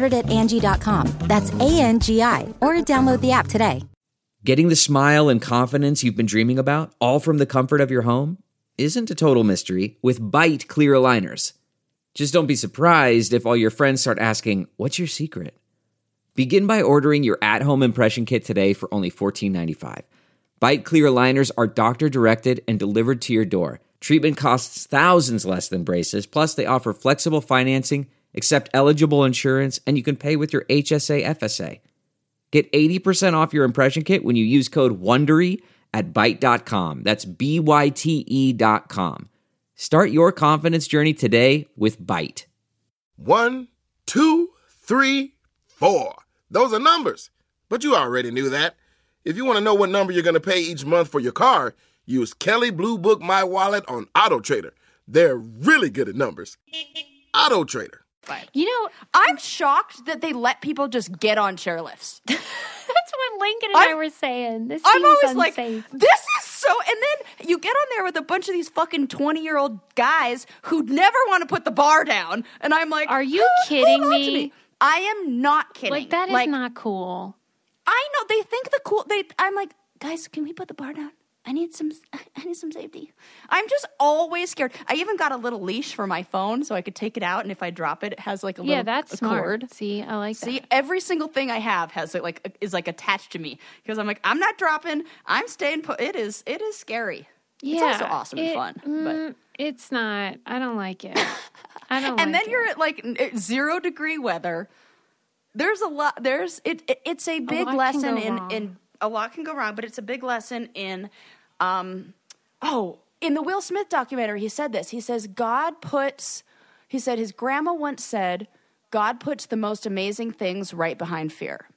S4: at Angie.com. That's A N G I, or download the app today.
S5: Getting the smile and confidence you've been dreaming about, all from the comfort of your home, isn't a total mystery with bite clear aligners. Just don't be surprised if all your friends start asking, What's your secret? Begin by ordering your at home impression kit today for only $14.95. Bite clear aligners are doctor directed and delivered to your door. Treatment costs thousands less than braces, plus, they offer flexible financing, accept eligible insurance, and you can pay with your HSA FSA. Get 80% off your impression kit when you use code WONDERY at Byte.com. That's B-Y-T-E E dot com. Start your confidence journey today with Byte.
S6: One, two, three, four. Those are numbers. But you already knew that. If you want to know what number you're going to pay each month for your car, use Kelly Blue Book My Wallet on Auto Trader. They're really good at numbers. Auto Trader.
S1: you know,
S2: I'm shocked that they let people just get on chairlifts.
S1: that's what Lincoln and i
S2: I'm-
S1: were saying. This
S2: I'm
S1: seems
S2: always like,
S1: unsafe.
S2: this is so. And then you get on there with a bunch of these fucking 20 year old guys who never want to put the bar down. And I'm like,
S1: Are you
S2: "Who- hold
S1: kidding
S2: on to
S1: me?"
S2: I am not kidding.
S1: like that is not cool.
S2: I know they think the cool. They, I'm like, guys, can we put the bar down? I need some. I need some safety. I'm just always scared. I even got a little leash for my phone so I could take it out, and if I drop it, it has like a
S1: Yeah,
S2: little
S1: that's
S2: a
S1: smart.
S2: cord.
S1: See, I like
S2: See,
S1: that.
S2: every single thing I have has like a- is like attached to me because I'm like, I'm not dropping. I'm staying. Put. It is. It is scary.
S1: Yeah,
S2: it's also awesome
S1: it-
S2: and fun.
S1: mm, it's not. I don't like it. I don't.
S2: but
S1: like
S2: and then
S1: it.
S2: you're at like n- at zero degree weather. There's a lot. There's it. it- it's a big
S1: lot can
S2: lesson
S1: go
S2: in
S1: wrong.
S2: in a lot can go wrong, but it's a big lesson in. Um, oh, in the Will Smith documentary, he said this. He says God puts. He said his grandma once said, "God puts the most amazing things right behind fear."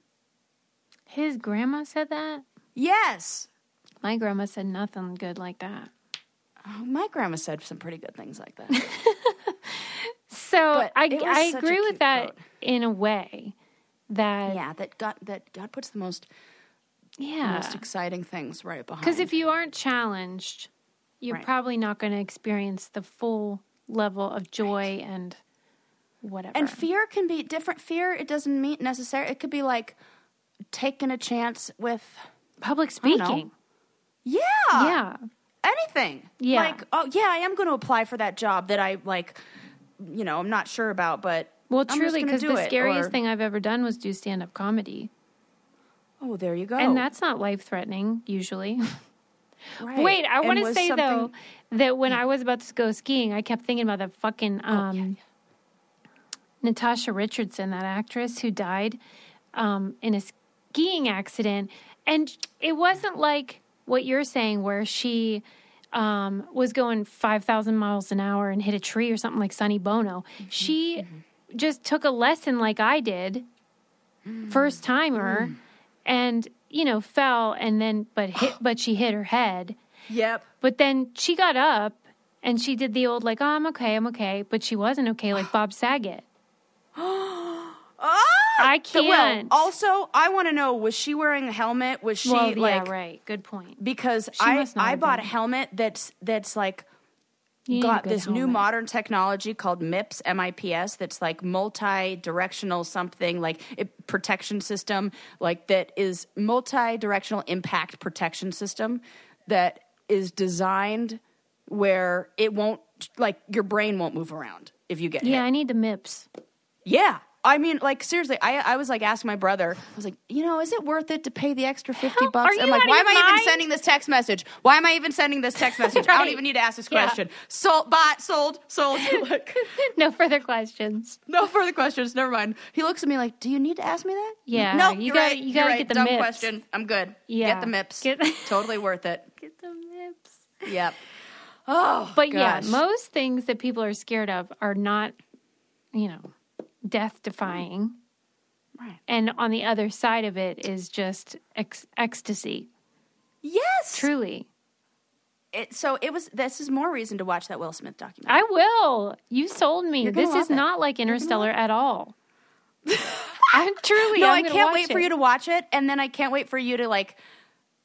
S1: His grandma said that.
S2: Yes.
S1: My grandma said nothing good like that.
S2: My grandma said some pretty good things like that.
S1: So
S2: But
S1: I
S2: it was
S1: I
S2: such a
S1: agree with
S2: cute
S1: that
S2: quote.
S1: in a way that
S2: yeah, that God that God puts the most
S1: yeah
S2: most exciting things right behind.
S1: because if you aren't challenged, you're probably not going to experience the full level of joy and whatever.
S2: and fear can be different. Fear it doesn't mean necessarily. It could be like taking a chance with
S1: public
S2: don't know.
S1: speaking.
S2: yeah,
S1: Yeah.
S2: anything.
S1: Yeah.
S2: like oh yeah, I am going to apply for that job that I like. You know, I'm not sure about, but
S1: Well,
S2: I'm just
S1: truly,
S2: gonna
S1: because
S2: do
S1: the
S2: it,
S1: scariest
S2: or-
S1: thing I've ever done was do stand up comedy.
S2: Oh, there you go.
S1: And that's not life threatening, usually.
S2: Right.
S1: Wait, I
S2: And
S1: want to
S2: was
S1: say,
S2: something-
S1: though, that when I was about to go skiing, I kept thinking about that fucking
S2: Oh,
S1: um, Natasha Richardson, that actress who died um, in a skiing accident. And it wasn't like what you're saying, where she um, was going 5,000 miles an hour and hit a tree or something like Sonny Bono.
S2: Mm-hmm.
S1: She just took a lesson like I did,
S2: Mm.
S1: first timer, and, you know, fell and then, but hit, but she hit her head.
S2: Yep.
S1: But then she got up and she did the old like, "Oh, I'm okay, I'm okay," but she wasn't okay, like Bob Saget.
S2: Ah!
S1: I
S2: The-
S1: can't.
S2: Well, also, I want to know: was she wearing a helmet? Was she
S1: well,
S2: like?
S1: yeah, right. Good point.
S2: because I
S1: must not
S2: I
S1: have
S2: bought a
S1: been.
S2: helmet that's that's like
S1: You need a
S2: got
S1: good
S2: this new
S1: helmet.
S2: modern technology called MIPS M I P S that's like multi-directional something like it, protection system like that is multi-directional impact protection system that is designed where it won't like your brain won't move around if you get
S1: Yeah,
S2: hit.
S1: I need the MIPS.
S2: Yeah. I mean, like seriously, I I was like asking my brother. I was like, you know, is it worth it to pay the extra fifty
S1: Hell,
S2: bucks?
S1: are
S2: I'm
S1: you
S2: like,
S1: out of
S2: why am
S1: your
S2: I even
S1: mind?
S2: sending this text message? Why am I even sending this text message? I don't
S1: Right.
S2: even need to ask this
S1: Yeah.
S2: question. Sold, bought, sold, sold. Like,
S1: no further questions.
S2: no further questions. Never mind. He looks at me like, do you need to ask me that?
S1: Yeah,
S2: No,
S1: you
S2: you are
S1: gotta-
S2: right.
S1: you
S2: are
S1: gotta
S2: right.
S1: get the
S2: Dumb
S1: mips.
S2: question. I'm good.
S1: Yeah.
S2: Get the mips.
S1: Get-
S2: totally worth it.
S1: Get the nips.
S2: Yep. Oh,
S1: But
S2: gosh.
S1: yeah, most things that people are scared of are not, you know, death defying.
S2: Right.
S1: And on the other side of it is just ex- ecstasy.
S2: yes.
S1: Truly.
S2: It, so it was. This is more reason to watch that Will Smith documentary.
S1: I will. You sold me.
S2: You're gonna
S1: This
S2: love
S1: is
S2: it.
S1: not like Interstellar at all. I'm truly.
S2: No,
S1: I'm
S2: I
S1: gonna
S2: can't
S1: watch
S2: wait for
S1: it.
S2: you to watch it, and then I can't wait for you to like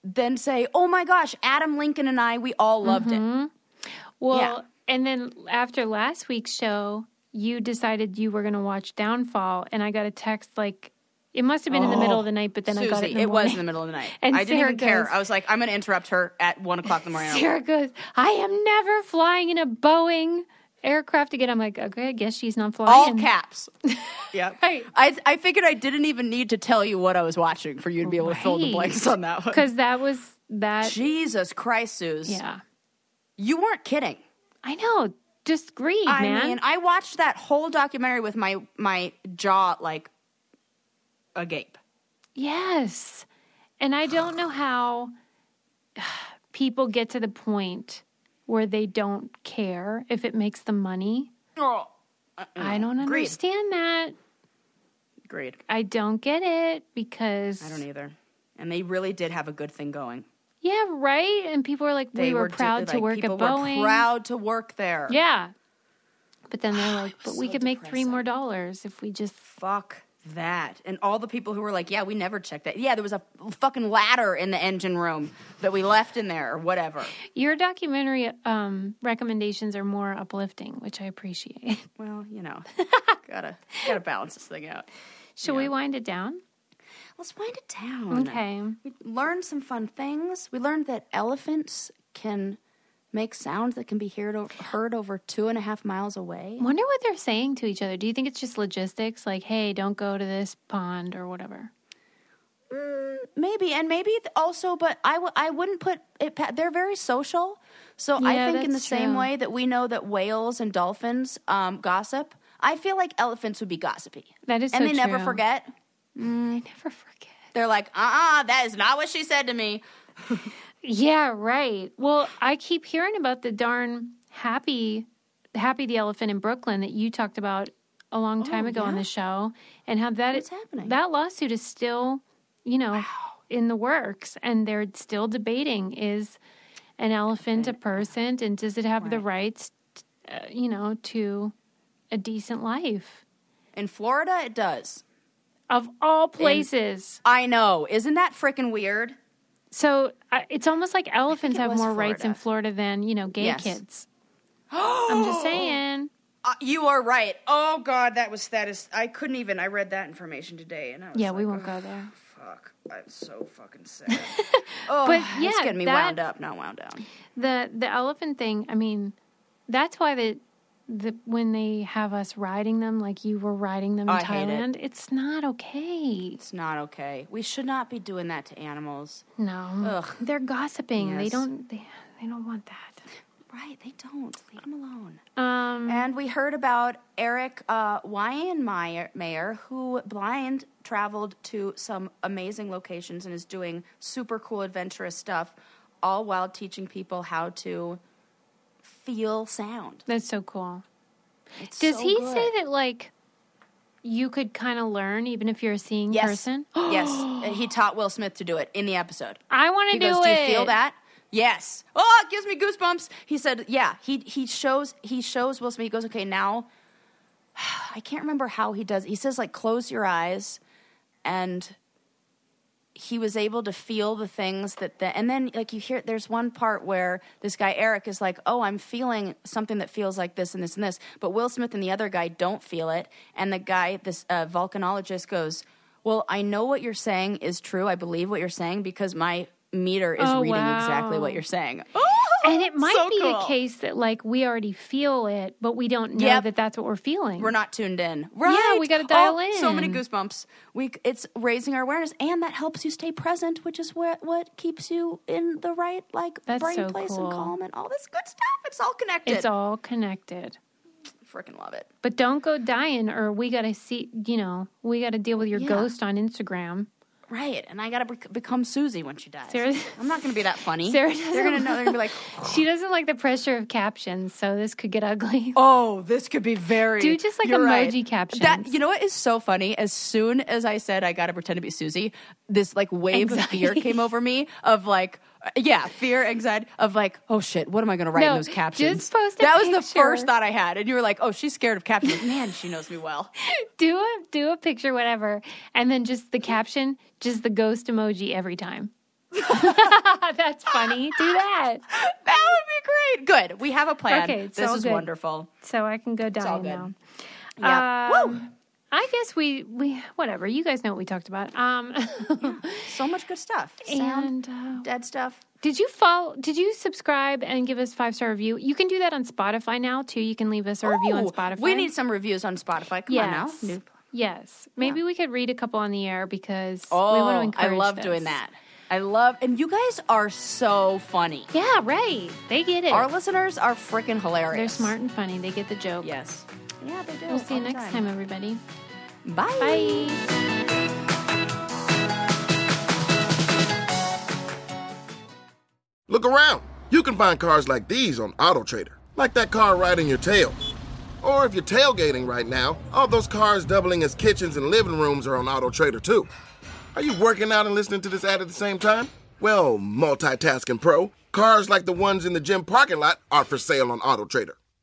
S2: then say, "Oh my gosh, Adam Lincoln and I, we all loved
S1: Mm-hmm.
S2: it."
S1: Well,
S2: Yeah.
S1: and then after last week's show, you decided you were going to watch Downfall, and I got a text like it must have been in the middle of the night, but then I got it.
S2: Oh, Susie,
S1: In the
S2: it was
S1: morning.
S2: in the middle of the night.
S1: And
S2: I didn't
S1: Sarah
S2: even care.
S1: goes-
S2: I was like, "I'm going to interrupt her at one o'clock in the morning."
S1: Sarah goes, "I am never flying in a Boeing aircraft again." I'm like, "Okay, I guess she's not flying."
S2: All caps. yeah,
S1: Right.
S2: I I figured I didn't even need to tell you what I was watching for you to be able to fill in the
S1: Right.
S2: blanks on that one.
S1: because that was that.
S2: Jesus Christ, Suze,
S1: yeah,
S2: you weren't kidding.
S1: I know. Just greed,
S2: I
S1: man.
S2: mean, I watched that whole documentary with my my jaw like agape.
S1: Yes. And I don't know how people get to the point where they don't care if it makes them money.
S2: Oh,
S1: I don't
S2: Agreed.
S1: understand that.
S2: Agreed.
S1: I don't get it because
S2: I don't e- either. And they really did have a good thing going.
S1: Yeah, right? And people are like,
S2: They
S1: we were,
S2: do-
S1: proud to
S2: like,
S1: work at
S2: people
S1: Boeing.
S2: Were proud to work there.
S1: Yeah. But then they're like, but we
S2: so
S1: could make three more dollars if we just
S2: Fuck that. And all the people who were like, "Yeah, we never checked that." Yeah, there was a fucking ladder in the engine room that we left in there or whatever.
S1: your documentary um, recommendations are more uplifting, which I appreciate.
S2: Well, you know, gotta gotta balance this thing out.
S1: Should we wind it down?
S2: Let's wind it down.
S1: Okay.
S2: We learned some fun things. We learned that elephants can make sounds that can be heard over, heard over two and a half miles away.
S1: Wonder what they're saying to each other. Do you think it's just logistics, like, hey, don't go to this pond or whatever?
S2: Maybe, and maybe th- also, but I w- I wouldn't put it. Pa- they're very social, so
S1: Yeah,
S2: I think in the
S1: that's
S2: same
S1: true.
S2: way that we know that whales and dolphins um, gossip, I feel like elephants would be gossipy,
S1: That is
S2: and
S1: so
S2: they never
S1: true.
S2: forget.
S1: I never forget.
S2: They're like, uh, uh that is not what she said to me.
S1: Yeah, right. Well, I keep hearing about the darn happy, happy the elephant in Brooklyn that you talked about a long time ago on the show, and how that
S2: What's happening?
S1: That lawsuit is still, you know, in the works, and they're still debating is an elephant a person, and does it have the rights, t- uh, you know, to a decent life?
S2: In Florida, it does.
S1: of all places.
S2: I know. Isn't that freaking weird?
S1: so I it's almost like elephants
S2: it
S1: have
S2: was
S1: more rights in Florida than you know gay
S2: Yes.
S1: kids. I'm just saying.
S2: Uh, you are right. Oh God, that was that is. I couldn't even. I read that information today, and I was
S1: Yeah,
S2: like, "Oh,
S1: we won't go there.
S2: fuck. I'm so fucking sad.
S1: but yeah,
S2: it's getting Oh, me
S1: that-
S2: wound up, not wound down.
S1: The the elephant thing. I mean, that's why the the when they have us riding them like you were riding them in
S2: Oh, I hate it.
S1: Thailand, it's not okay.
S2: It's not okay. We should not be doing that to animals.
S1: No,
S2: Ugh.
S1: they're gossiping. They
S2: Yes.
S1: don't. They, they don't want that.
S2: Right? They don't. Leave them alone.
S1: Um,
S2: And we heard about Eric uh, Weinmayer, who blind traveled to some amazing locations and is doing super cool, adventurous stuff, all while teaching people how to feel sound.
S1: that's so cool.
S2: It's
S1: Does
S2: so
S1: he
S2: good.
S1: say that like you could kind of learn even if you're a seeing
S2: Yes.
S1: person?
S2: yes. And He taught Will Smith to do it in the episode.
S1: I want to
S2: He
S1: do
S2: goes,
S1: it.
S2: "Do you feel that?" Yes. Oh, it gives me goosebumps. He said, "Yeah." He he shows he shows Will Smith. He goes, "Okay, now." I can't remember how he does. He says like, "Close your eyes," and he was able to feel the things that the and then like you hear there's one part where this guy Eric is like, "Oh, I'm feeling something that feels like this and this and this," but Will Smith and the other guy don't feel it, and the guy this uh, volcanologist goes, "Well, I know what you're saying is true. I believe what you're saying because my meter is
S1: Oh,
S2: reading
S1: wow.
S2: exactly what you're saying.
S1: And it might
S2: So
S1: be
S2: cool.
S1: the case that like we already feel it, but we don't know
S2: Yep.
S1: that that's what we're feeling.
S2: We're not tuned in. Right.
S1: we gotta
S2: Oh,
S1: dial
S2: So many
S1: in.
S2: goosebumps. We it's raising our awareness and that helps you stay present, which is what what keeps you in the right like
S1: That's
S2: brain
S1: so
S2: place
S1: cool.
S2: and calm and all this good stuff. It's all connected.
S1: it's all connected.
S2: freaking love it.
S1: But don't go dying, or we got to see. You know, we got to deal with your
S2: Yeah.
S1: ghost on Instagram.
S2: Right. And I got to bec become Susie when she dies.
S1: Sarah-
S2: I'm not going to be that funny.
S1: Sarah
S2: They're going to know. They're going to be like,
S1: She doesn't like the pressure of captions, so this could get ugly.
S2: oh, this could be very.
S1: Do just, like,
S2: You're right.
S1: emoji captions.
S2: That you know what is so funny? As soon as I said I got to pretend to be Susie, this like wave
S1: Anxiety.
S2: of fear came over me. Of like, uh, yeah, fear, anxiety. Of like, oh shit, what am I going to write in
S1: No,
S2: those captions?
S1: just post a
S2: that was the
S1: picture.
S2: first thought I had, and you were like, oh, she's scared of captions. Man, she knows me well.
S1: Do a do a picture, whatever, and then just the caption, just the ghost emoji every time. That's funny. Do that
S2: That would be great. Good. We have a plan.
S1: Okay, it's
S2: this
S1: all
S2: is
S1: good.
S2: wonderful.
S1: so I can go
S2: all
S1: dying
S2: good.
S1: now.
S2: Yeah.
S1: Um,
S2: Woo.
S1: I guess we we whatever. You guys know what we talked about. Um,
S2: So much good stuff. Sound,
S1: and. Uh,
S2: dead stuff.
S1: Did you follow? Did you subscribe and give us five star review? You can do that on Spotify now too. You can leave us a review on
S2: Ooh,
S1: Spotify.
S2: We need some reviews on Spotify. Come
S1: yes,
S2: on now.
S1: yes. Maybe we could read a couple on the air because
S2: Oh,
S1: we want to encourage.
S2: I love
S1: this.
S2: doing that. I love, and you guys are so funny.
S1: Yeah, right. They get it.
S2: Our listeners are freaking hilarious.
S1: They're smart and funny. They get the joke.
S2: Yes. Yeah, they do.
S1: We'll see you
S2: all the
S1: next time, everybody.
S2: Bye.
S1: Bye.
S6: Look around. You can find cars like these on AutoTrader, like that car right in your tail. Or if you're tailgating right now, all those cars doubling as kitchens and living rooms are on AutoTrader too. Are you working out and listening to this ad at the same time? Well, multitasking pro, cars like the ones in the gym parking lot are for sale on AutoTrader.